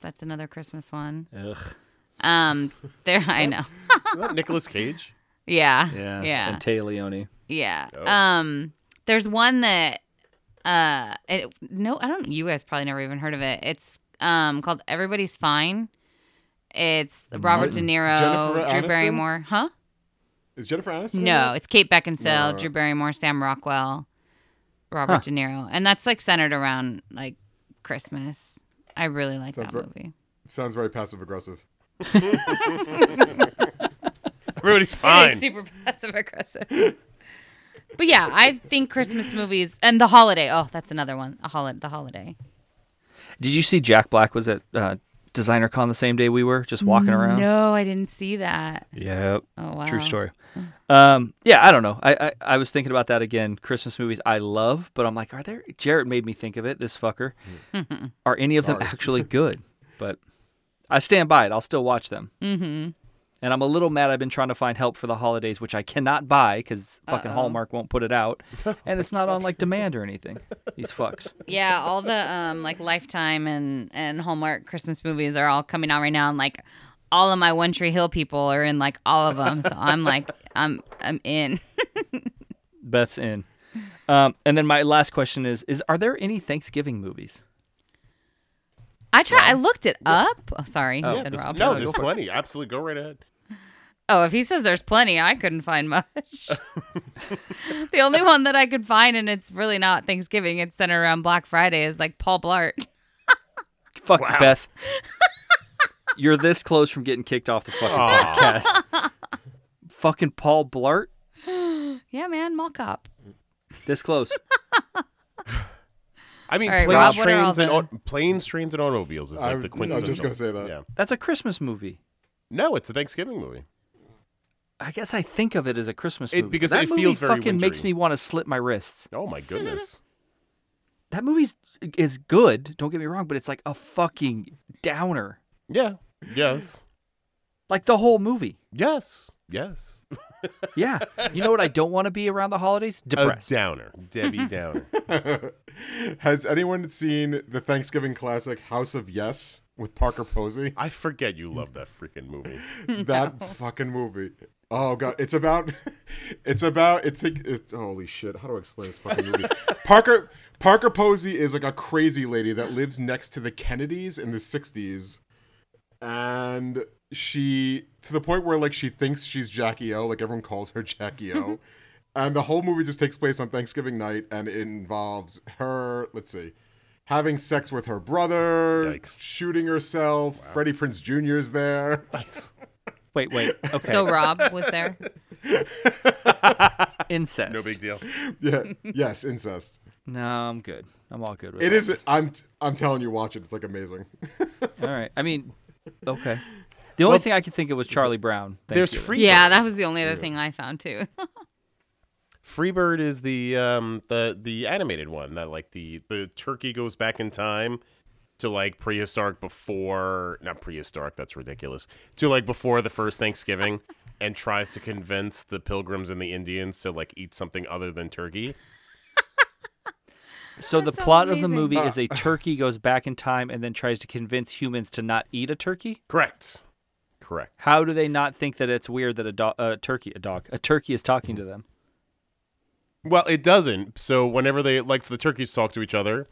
C: That's another Christmas one.
A: Ugh.
C: Um there I know.
B: Is that Nicolas Cage?
C: Yeah.
A: Yeah.
C: Yeah.
A: And Tay Leone.
C: Yeah. Um there's one that uh it, no I don't you guys probably never even heard of it. It's um called Everybody's Fine. It's Robert De
D: Martin-
C: Niro,
D: Jennifer
C: Drew
D: Aniston?
C: Barrymore, huh?
D: Is Jennifer Aniston? in
C: No,
D: it?
C: it's Kate Beckinsale,
D: No.
C: Drew Barrymore, Sam Rockwell, Robert
A: Huh.
C: De Niro. And that's like centered around like Christmas. I really like
D: Sounds
C: that
D: ver-
C: movie.
D: Sounds very passive aggressive.
B: Everybody's
C: It
B: fine.
C: is super passive aggressive. but yeah, I think Christmas movies and the holiday. Oh, that's another one. A holiday, the holiday.
A: Did you see Jack Black was at uh, Designer Con the same day we were, just walking around?
C: No, I didn't see that.
A: Yep.
C: Oh wow.
A: True story. Um, yeah, I don't know. I, I I was thinking about that again. Christmas movies I love, but I'm like, are there? Jarrett made me think of it. This fucker. are any of them actually good? But I stand by it. I'll still watch them. Mm-hmm. And I'm a little mad. I've been trying to find help for the holidays, which I cannot buy because fucking Hallmark won't put it out, and it's not on like demand or anything. These fucks.
C: Yeah, all the um like Lifetime and and Hallmark Christmas movies are all coming out right now, and like all of my One Tree Hill people are in like all of them. So I'm like, I'm I'm in.
A: Beth's in. Um, and then my last question is: Is are there any Thanksgiving movies?
C: I try. I looked it up. Oh, sorry, he
B: Yeah,
C: said
B: there's-
C: Rob.
B: no, there's plenty. Absolutely, go right ahead.
C: Oh, if he says there's plenty, I couldn't find much. the only one that I could find, and it's really not Thanksgiving, it's centered around Black Friday, is like Paul Blart.
A: Fuck Beth. You're this close from getting kicked off the fucking
B: Aw.
A: podcast. fucking Paul Blart.
C: Yeah, man, mall cop.
A: This close.
B: I mean,
C: All right,
B: planes,
C: Rob, what are all
B: trains, and
C: the-
B: au- planes, trains, and automobiles is
D: I-
B: like the
D: I
B: quintessential.
D: was just gonna say that.
B: Yeah.
A: That's a Christmas movie.
B: No, it's a Thanksgiving movie.
A: I guess I think of it as a Christmas
B: It-
A: movie.
B: because
A: that
B: it
A: movie
B: feels very
A: fucking makes
B: wintry.
A: me want to slit my wrists.
B: Oh my goodness.
A: That movie's is good. Don't get me wrong, but it's like a fucking downer.
B: yeah. Yes.
A: Like the whole movie.
B: Yes. Yes.
A: Yeah. You know what? I don't want to be around the holidays.
B: A
A: Depressed.
B: downer. Debbie Downer.
D: Has anyone seen the Thanksgiving classic House of Yes with Parker Posey?
B: I forget you love that freaking movie.
D: That fucking movie. Oh god, it's about it's about it's like it's holy shit. How do I explain this fucking movie? Parker Parker Posey is like a crazy lady that lives next to the Kennedys in the 60s and she to the point where like she thinks she's Jackie O, like everyone calls her Jackie O. and the whole movie just takes place on Thanksgiving night and it involves her, let's see, having sex with her brother,
B: Yikes.
D: shooting herself, Freddie Prince Jr.'s there.
B: Nice.
A: Wait, wait. Okay.
C: So Rob was there.
A: Incest.
B: No big deal.
D: Yeah. Yes, incest.
A: No, I'm good. I'm all good with
D: It
A: that.
D: is. I'm. T- I'm telling you, watch it. It's like amazing.
A: All right. I mean, okay. The only thing I could think of was Charlie Brown.
B: There's
A: Thanksgiving.
B: Freebird.
C: Yeah, that was the only other thing I found too.
B: Freebird is the um the the animated one that like the the turkey goes back in time to like prehistoric before not prehistoric that's ridiculous to like before the first Thanksgiving and tries to convince the pilgrims and the Indians to like eat something other than turkey.
A: So the
C: That sounds
A: plot of the
C: amazing.
A: movie is a turkey goes back in time and then tries to convince humans to not eat a turkey.
B: Correct. Correct.
A: How do they not think that it's weird that a, do- a turkey, a dog, a turkey is talking to them?
B: Well, it doesn't. So whenever they like the turkeys talk to each other,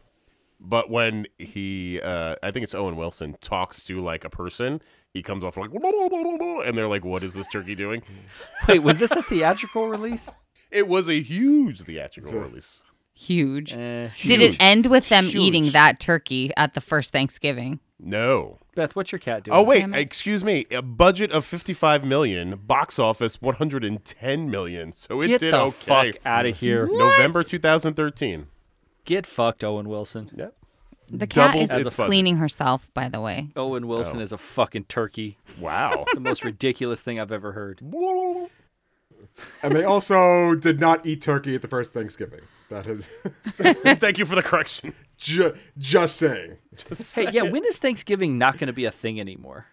B: but when he, uh, I think it's Owen Wilson, talks to like a person, he comes off like, and they're like, "What is this turkey doing?"
A: Wait, was this a theatrical release?
B: It was a huge theatrical
D: So-
B: release.
C: Huge.
A: Eh,
C: Did it end with them eating
B: Huge.
C: that turkey at the first Thanksgiving?
B: No.
A: Beth, what's your cat doing?
B: Oh wait,
C: Damn it.
B: excuse me. A budget of fifty-five million, box office one hundred and ten million. So it
A: get
B: did
A: the
B: okay.
A: fuck out of here.
B: November two thousand thirteen.
A: Get fucked, Owen Wilson.
B: Yep.
C: The cat
B: Doubled
C: is
B: its budget.
C: cleaning herself, by the way.
A: Owen Wilson
B: Oh.
A: is a fucking turkey.
B: Wow.
A: It's the most ridiculous thing I've ever heard.
D: And they also did not eat turkey at the first Thanksgiving. That is
B: Thank you for the correction.
D: ju- just saying.
A: Hey, yeah, when is Thanksgiving not going to be a thing anymore?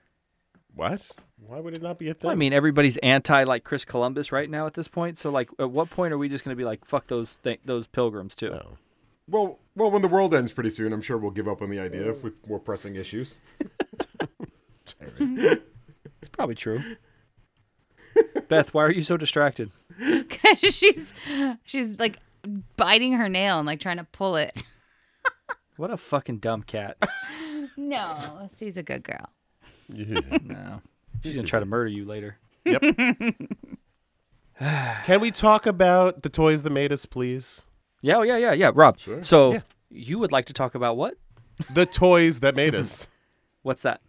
B: What? Why would it not be a thing?
A: Well, I mean, everybody's anti like Chris Columbus right now at this point. So, like, at what point are we just going to be like, fuck those th- those pilgrims too?
D: Well, well, when the world ends pretty soon, I'm sure we'll give up on the idea
B: Oh.
D: with more pressing issues.
A: It's probably true. Beth, why are you so distracted?
C: Because she's she's like biting her nail and like trying to pull it.
A: What a fucking dumb cat.
C: No, she's a good girl.
A: No, she's gonna try to murder you later.
B: Yep. Can we talk about the toys that made us, please?
A: Yeah, oh, yeah, yeah, yeah. Rob, so
B: Yeah.
A: you would like to talk about what?
B: The toys that made us.
A: What's that?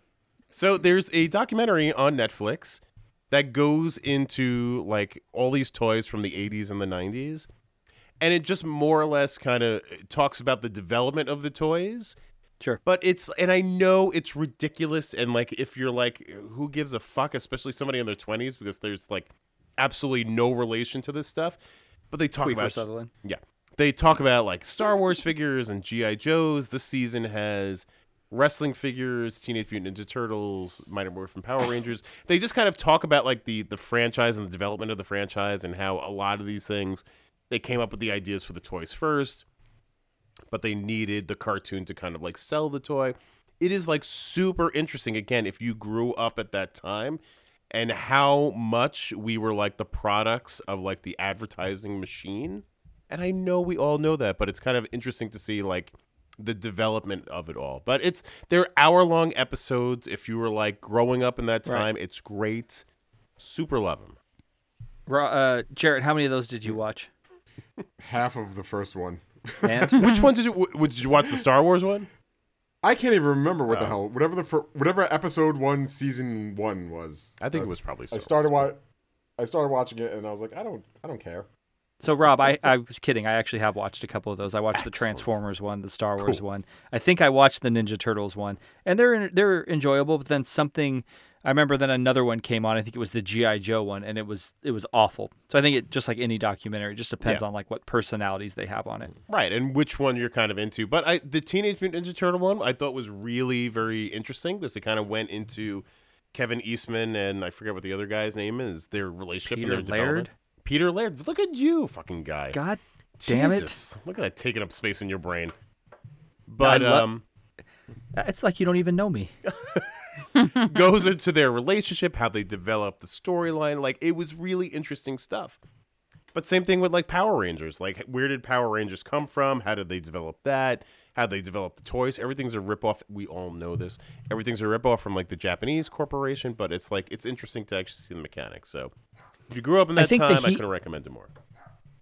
B: So there's a documentary on Netflix that goes into like all these toys from the 80s and the 90s. And it just more or less kind of talks about the development of the toys.
A: Sure.
B: But it's, and I know it's ridiculous. And like, if you're like, who gives a fuck, especially somebody in their 20s, because there's like absolutely no relation to this stuff. But they talk
A: Queefer
B: about
A: Sutherland.
B: yeah. They talk about like Star Wars figures and G.I. Joes. This season has wrestling figures, Teenage Mutant Ninja Turtles, Mighty Morphin Power Rangers. They just kind of talk about like the the franchise and the development of the franchise and how a lot of these things they came up with the ideas for the toys first, but they needed the cartoon to kind of like sell the toy. It is like super interesting again if you grew up at that time and how much we were like the products of like the advertising machine. And I know we all know that, but it's kind of interesting to see like the development of it all. But it's they're hour long episodes. If you were like growing up in that
A: Right.
B: time, it's great. Super love them.
A: Ro- uh, Jarrett, how many of those did you watch?
D: Half of the first one.
A: And
B: Which one did you w- did you watch the Star Wars one?
D: I can't even remember what the hell whatever the fir- whatever episode one season one was.
B: I think it
D: That's-
B: was probably
D: I
B: Star
D: started wa- I started watching it and I was like, I don't, I don't care.
A: so, Rob, I, I was kidding. I actually have watched a couple of those. I watched the Transformers one, the Star Wars one. I think I watched the Ninja Turtles one, and they're they're enjoyable. But then something, I remember then another one came on. I think it was the GI Joe one, and it was it was awful. So I think it just like any documentary, it just depends
B: Yeah.
A: on like what personalities they have on it.
B: Right, and which one you're kind of into. But I the Teenage Mutant Ninja Turtle one I thought was really very interesting because it kind of went into Kevin Eastman and I forget what the other guy's name is, their relationship
A: Peter
B: and their development.
A: Laird?
B: Peter Laird. Look at you, fucking guy.
A: God damn it!
B: Jesus. Look at that taking up space in your brain. But
A: lo-
B: um
A: Uh, It's like you don't even know me.
B: goes into their relationship, how they develop the storyline. Like it was really interesting stuff. But same thing with like Power Rangers. Like where did Power Rangers come from? How did they develop that? How they develop the toys? Everything's a ripoff. We all know this. Everything's a ripoff from like the Japanese corporation, but it's like it's interesting to actually see the mechanics. So if you grew up in
A: I
B: that
A: think the
B: time, I
A: heat-
B: couldn't recommend it more.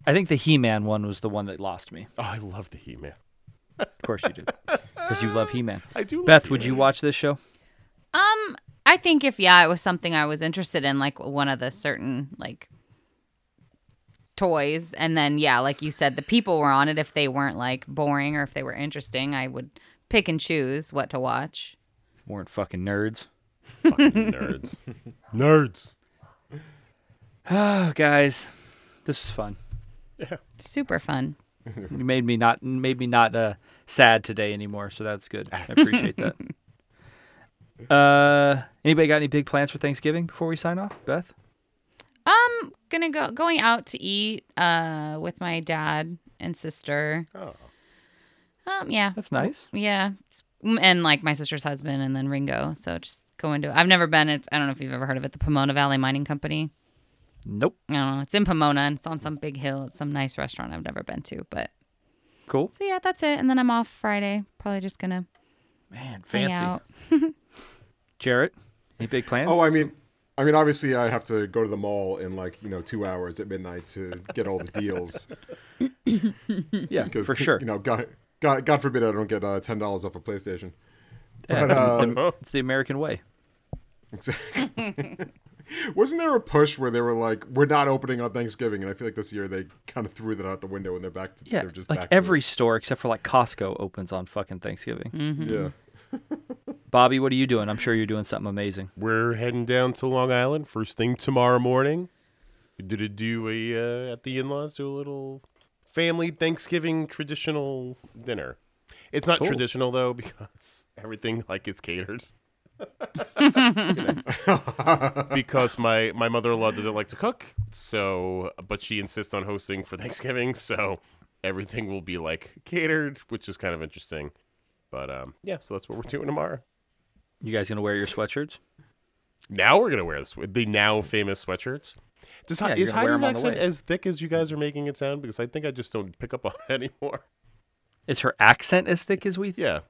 A: I think the He-Man one was the one that lost me.
B: Oh, I love the He Man.
A: Of course you do, because you love He-Man.
B: I do. love
A: Beth, would
B: He-Man.
A: you watch this show?
C: Um, I I think if yeah, it was something I was interested in, like one of the certain like toys, and then yeah, like you said, the people were on it. If they weren't like boring or if they were interesting, I would pick and choose what to watch.
A: Weren't fucking nerds.
B: Fucking nerds. nerds.
A: Oh, guys, this was fun.
C: Super fun.
A: You made me not made me not uh, sad today anymore, so that's good. I appreciate that. Uh, anybody got any big plans for Thanksgiving before we sign off, Beth?
C: Um, gonna go going out to eat uh with my dad and sister.
B: Oh.
C: Um, yeah,
A: That's nice.
C: yeah, It's- mm, and like my sister's husband, and then Ringo. So just going to. I've never been. It's I don't know if you've ever heard of it, the Pomona Valley Mining Company.
A: Nope.
C: I don't know. It's in Pomona. And it's on some big hill. It's some nice restaurant I've never been to, but
A: Cool.
C: so yeah, that's it. And then I'm off Friday. Probably just gonna
A: Man,
C: hang
A: fancy.
C: out.
A: Jarrett, any big plans?
D: Oh, I mean, I mean, obviously, I have to go to the mall in like you know two hours at midnight to get all the deals.
A: yeah,
D: 'cause,
A: for sure.
D: You know, God, God, God forbid I don't get uh, ten dollars off a PlayStation.
A: Yeah,
D: but, uh,
A: it's, the, it's the American way.
D: Wasn't there a push where they were like, "We're not opening on Thanksgiving," and I feel like this year they kind of threw that out the window and they're back. To,
A: Yeah,
D: they're just
A: like
D: back to
A: every store except for like Costco opens on fucking Thanksgiving.
D: it. yeah.
A: Bobby, what are you doing? I'm sure you're doing something amazing.
B: We're heading down to Long Island first thing tomorrow morning. We did a do a uh, at the in-laws do a little family Thanksgiving traditional dinner. It's not
A: Cool.
B: traditional though because everything like is catered. because my my mother-in-law doesn't like to cook, so but she insists on hosting for Thanksgiving, so everything will be like catered, which is kind of interesting. But um yeah, so that's what we're doing tomorrow.
A: You guys gonna wear your sweatshirts?
B: Now we're gonna wear the, sw- the now famous sweatshirts. Does,
A: Yeah, you're
B: is
A: gonna wear
B: Heidi's
A: 'em on the
B: accent
A: way.
B: as thick as you guys are making it sound? Because I think I just don't pick up on it anymore.
A: Is her accent as thick as we?
B: Yeah,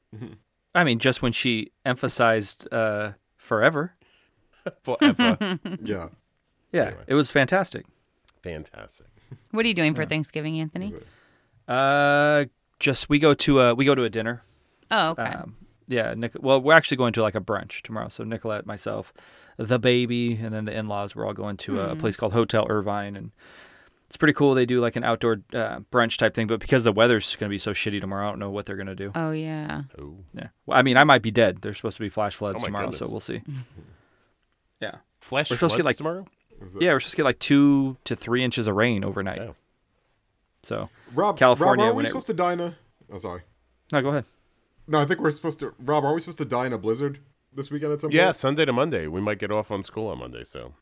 A: I mean, just when she emphasized uh, forever.
B: forever.
A: Mm-hmm.
D: Yeah.
A: Yeah,
B: Anyway.
A: it was fantastic.
B: Fantastic.
C: What are you doing for Thanksgiving, Anthony?
A: Uh, just we go to a we go to a dinner.
C: Oh, okay.
A: Um, yeah, Nic- well, we're actually going to like a brunch tomorrow. So Nicolette, myself, the baby, and then the in-laws, we're all going to a place called Hotel Irvine, and it's pretty cool. They do like an outdoor uh, brunch type thing, but because the weather's going to be so shitty tomorrow, I don't know what they're going to do.
C: oh yeah.
B: Oh,
A: Yeah, well, I mean, I might be dead. There's supposed to be flash floods
B: Oh my
A: tomorrow, so
B: goodness.
A: we'll see. yeah,
B: flash
A: We're supposed
B: floods
A: to get, like-
B: tomorrow.
A: yeah, we're supposed to get like two to three inches of rain overnight.
B: Oh.
A: So
D: Rob,
A: California,
D: Rob, are
A: when
D: we
A: it-
D: supposed to dine a? Oh, sorry.
A: no, go ahead.
D: No, I think we're supposed to. Rob, aren't we supposed to dine a blizzard this weekend at some
B: Yeah,
D: point?
B: Sunday to Monday. We might get off on school on Monday, so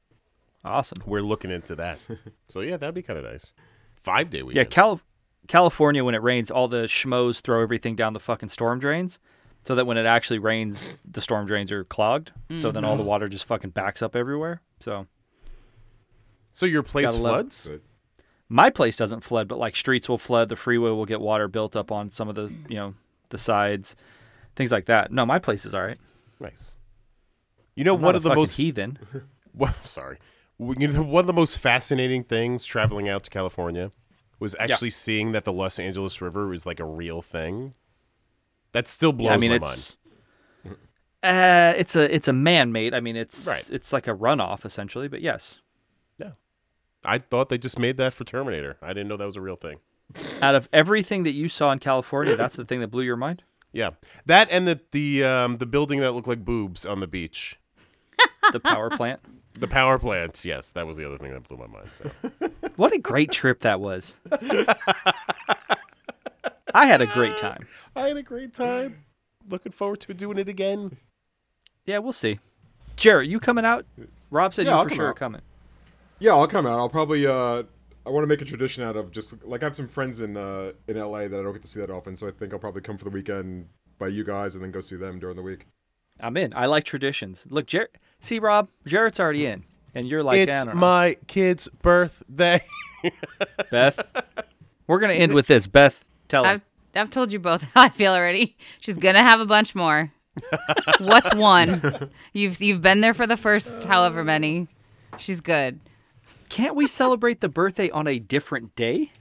A: Awesome.
B: we're looking into that. so yeah, that'd be kind of nice. Five day
A: Yeah,
B: weekend.
A: Cal- California, when it rains, all the schmoes throw everything down the fucking storm drains so that when it actually rains, the storm drains are clogged. So then all the water just fucking backs up everywhere. So
B: so your place
A: Gotta love-
B: floods?
D: Good.
A: my place doesn't flood, but like streets will flood. The freeway will get water built up on some of the, you know, the sides, things like that. No, my place is all right.
B: Nice. You know,
A: I'm
B: one
A: not a
B: of the
A: fucking
B: most
A: heathen.
B: well, sorry. W- You know, one of the most fascinating things traveling out to California was actually seeing that the Los Angeles River is like a real thing. That still blows
A: Yeah, I mean,
B: my mind.
A: it's uh, it's a it's a man-made. I mean, it's
B: Right.
A: it's like a runoff essentially. But yes,
B: I thought they just made that for Terminator. I didn't know that was a real thing.
A: out of everything that you saw in California, that's the thing that blew your mind.
B: Yeah, that and the the um, the building that looked like boobs on the beach,
A: The power plant.
B: the power plants. Yes, that was the other thing that blew my mind. So.
A: What a great trip that was. I had a great time.
B: I had a great time. Looking forward to doing it again.
A: Yeah, we'll see. Jared, you coming out? Rob said
D: Yeah,
A: you
D: I'll
A: for
D: come
A: sure are
D: out.
A: coming.
D: Yeah, I'll come out. I'll probably. Uh, I want to make a tradition out of just like I have some friends in uh, in LA that I don't get to see that often, so I think I'll probably come for the weekend by you guys and then go see them during the week.
A: I'm in. I like traditions. Look, Jared, see Rob, Jared's already in, and you're like, I
B: it's
A: don't know.
B: my kid's birthday.
A: Beth. We're gonna end with this. Beth, tell him.
C: I've I've told you both how I feel already. She's gonna have a bunch more. What's one? You've you've been there for the first however many. She's good.
A: Can't we celebrate the birthday on a different day?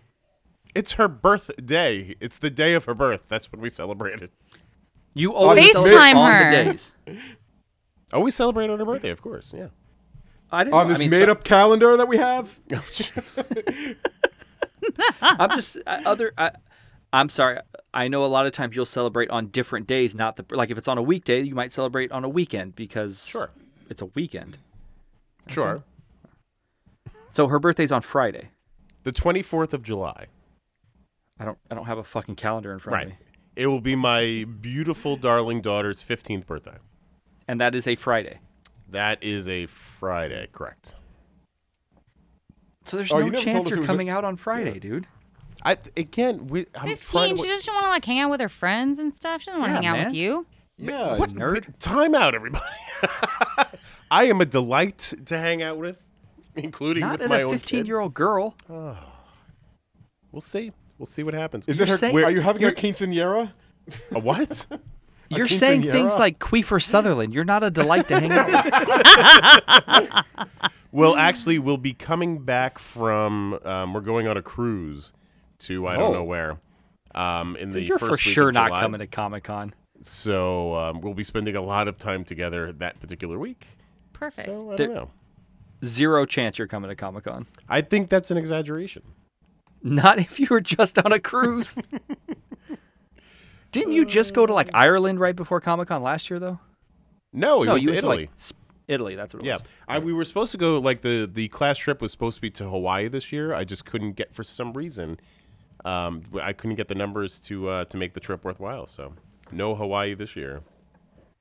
B: It's her birthday. It's the day of her birth. That's when we celebrate it.
A: You always
D: the
A: celebrate
C: fifth.
A: on
C: FaceTime her.
A: the days.
B: Oh, we celebrate on her birthday, of course. Yeah.
A: I didn't
D: on
A: know-
D: this
A: I mean, so- Oh,
D: made up calendar that we have.
A: I'm just I, other. I, I'm sorry. I know a lot of times you'll celebrate on different days, not the like if it's on a weekday, you might celebrate on a weekend because
B: Sure.
A: it's a weekend.
B: Sure.
A: So her birthday's on Friday.
B: The 24th of July.
A: I don't I don't have a fucking calendar in front of
B: Right.
A: me,
B: It will be my beautiful, darling daughter's 15th birthday.
A: and that is a Friday.
B: That is a Friday, correct?
A: So there's
D: Oh,
A: no
D: you never told
A: chance
D: us it
A: you're
D: was a-
A: coming out on Friday, dude.
B: I again, we, I'm trying
C: Fifteen.
B: to.
C: She doesn't want to like hang out with her friends and stuff. She doesn't want to
A: Yeah,
C: hang out
A: man.
C: with you.
D: yeah.
B: what
A: nerd.
B: Time out, everybody. I am a delight to hang out with, including
A: Not
B: with
A: at
B: my
A: a
B: own
A: 15
B: kid.
A: year old girl.
D: Oh,
B: We'll see. We'll see what happens.
D: Is
A: You're
D: it her?
A: saying-
D: where- are you having a
A: you're-
D: quinceanera?
B: a what?
A: You're saying things
D: quinceañera?
A: like Queefer Sutherland. You're not a delight to hang out with. Mm.
B: well, actually, we'll be coming back from. Um, we're going on a cruise to I don't know
A: Oh.
B: where. Um, in the
A: You're
B: first
A: for
B: week
A: sure
B: of
A: not
B: July.
A: coming to Comic Con.
B: So um, we'll be spending a lot of time together that particular week.
C: Perfect.
B: So I
A: There-
B: don't know.
A: Zero chance you're coming to Comic Con.
B: I think that's an exaggeration.
A: Not if you were just on a cruise. Didn't you just go to like Ireland right before Comic Con last year though?
B: No, we
A: no,
B: Um,
A: you
B: went to
A: went
B: Italy.
A: like Sp- Italy. That's what it
B: yeah,
A: was.
B: I, we were supposed to go. Like the the class trip was supposed to be to Hawaii this year. I just couldn't get for some reason. Um, I couldn't get the numbers to uh, to make the trip worthwhile. So no Hawaii this year.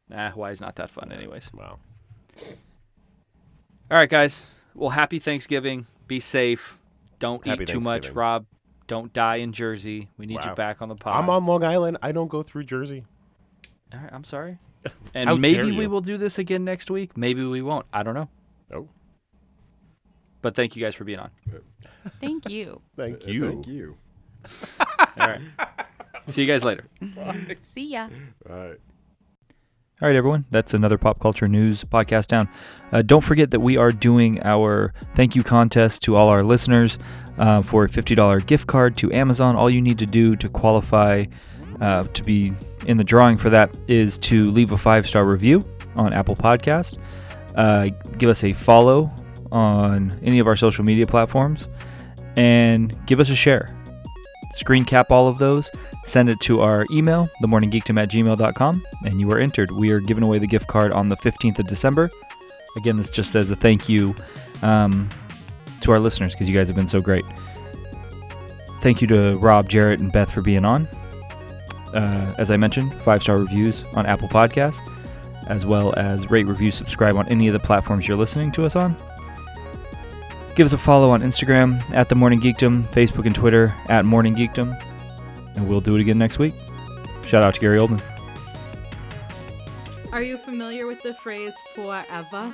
A: Nah, Hawaii's not that fun, anyways.
B: Wow.
A: All right, guys. Well, happy Thanksgiving. Be safe. Don't
B: Happy
A: eat too much,
B: Thanksgiving.
A: Rob. Don't die in Jersey. We need you
B: Wow.
A: back on the pod.
B: I'm on Long Island. I don't go through Jersey.
A: All right, I'm sorry.
B: How
A: And
B: dare
A: maybe we
B: you.
A: will do this again next week. Maybe we won't. I don't know.
D: Uh,
B: Oh,
A: But thank you guys for being on.
C: Thank you.
B: thank
D: Uh,
B: you.
D: Thank you.
A: All right. See you guys later.
C: See ya.
D: All right.
A: All right, everyone. That's another pop culture news podcast down. Uh, don't forget that we are doing our thank you contest to all our listeners uh, for a $50 gift card to Amazon. All you need to do to qualify uh, to be in the drawing for that is to leave a five star review on Apple Podcast, uh, give us a follow on any of our social media platforms, and give us a share. Screen cap all of those send it to our email, themorninggeekdom at gmail.com, and you are entered. We are giving away the gift card on the 15th of December. Again, this just says a thank you um, to our listeners because you guys have been so great. Thank you to Rob, Jarrett, and Beth for being on. Uh, as I mentioned, five star reviews on Apple Podcasts, as well as rate, review, subscribe on any of the platforms you're listening to us on. Give us a follow on Instagram at the Morning Geekdom, Facebook and Twitter at Morning Geekdom and we'll do it again next week. Shout out to Gary Oldman.
E: Are you familiar with the phrase forever?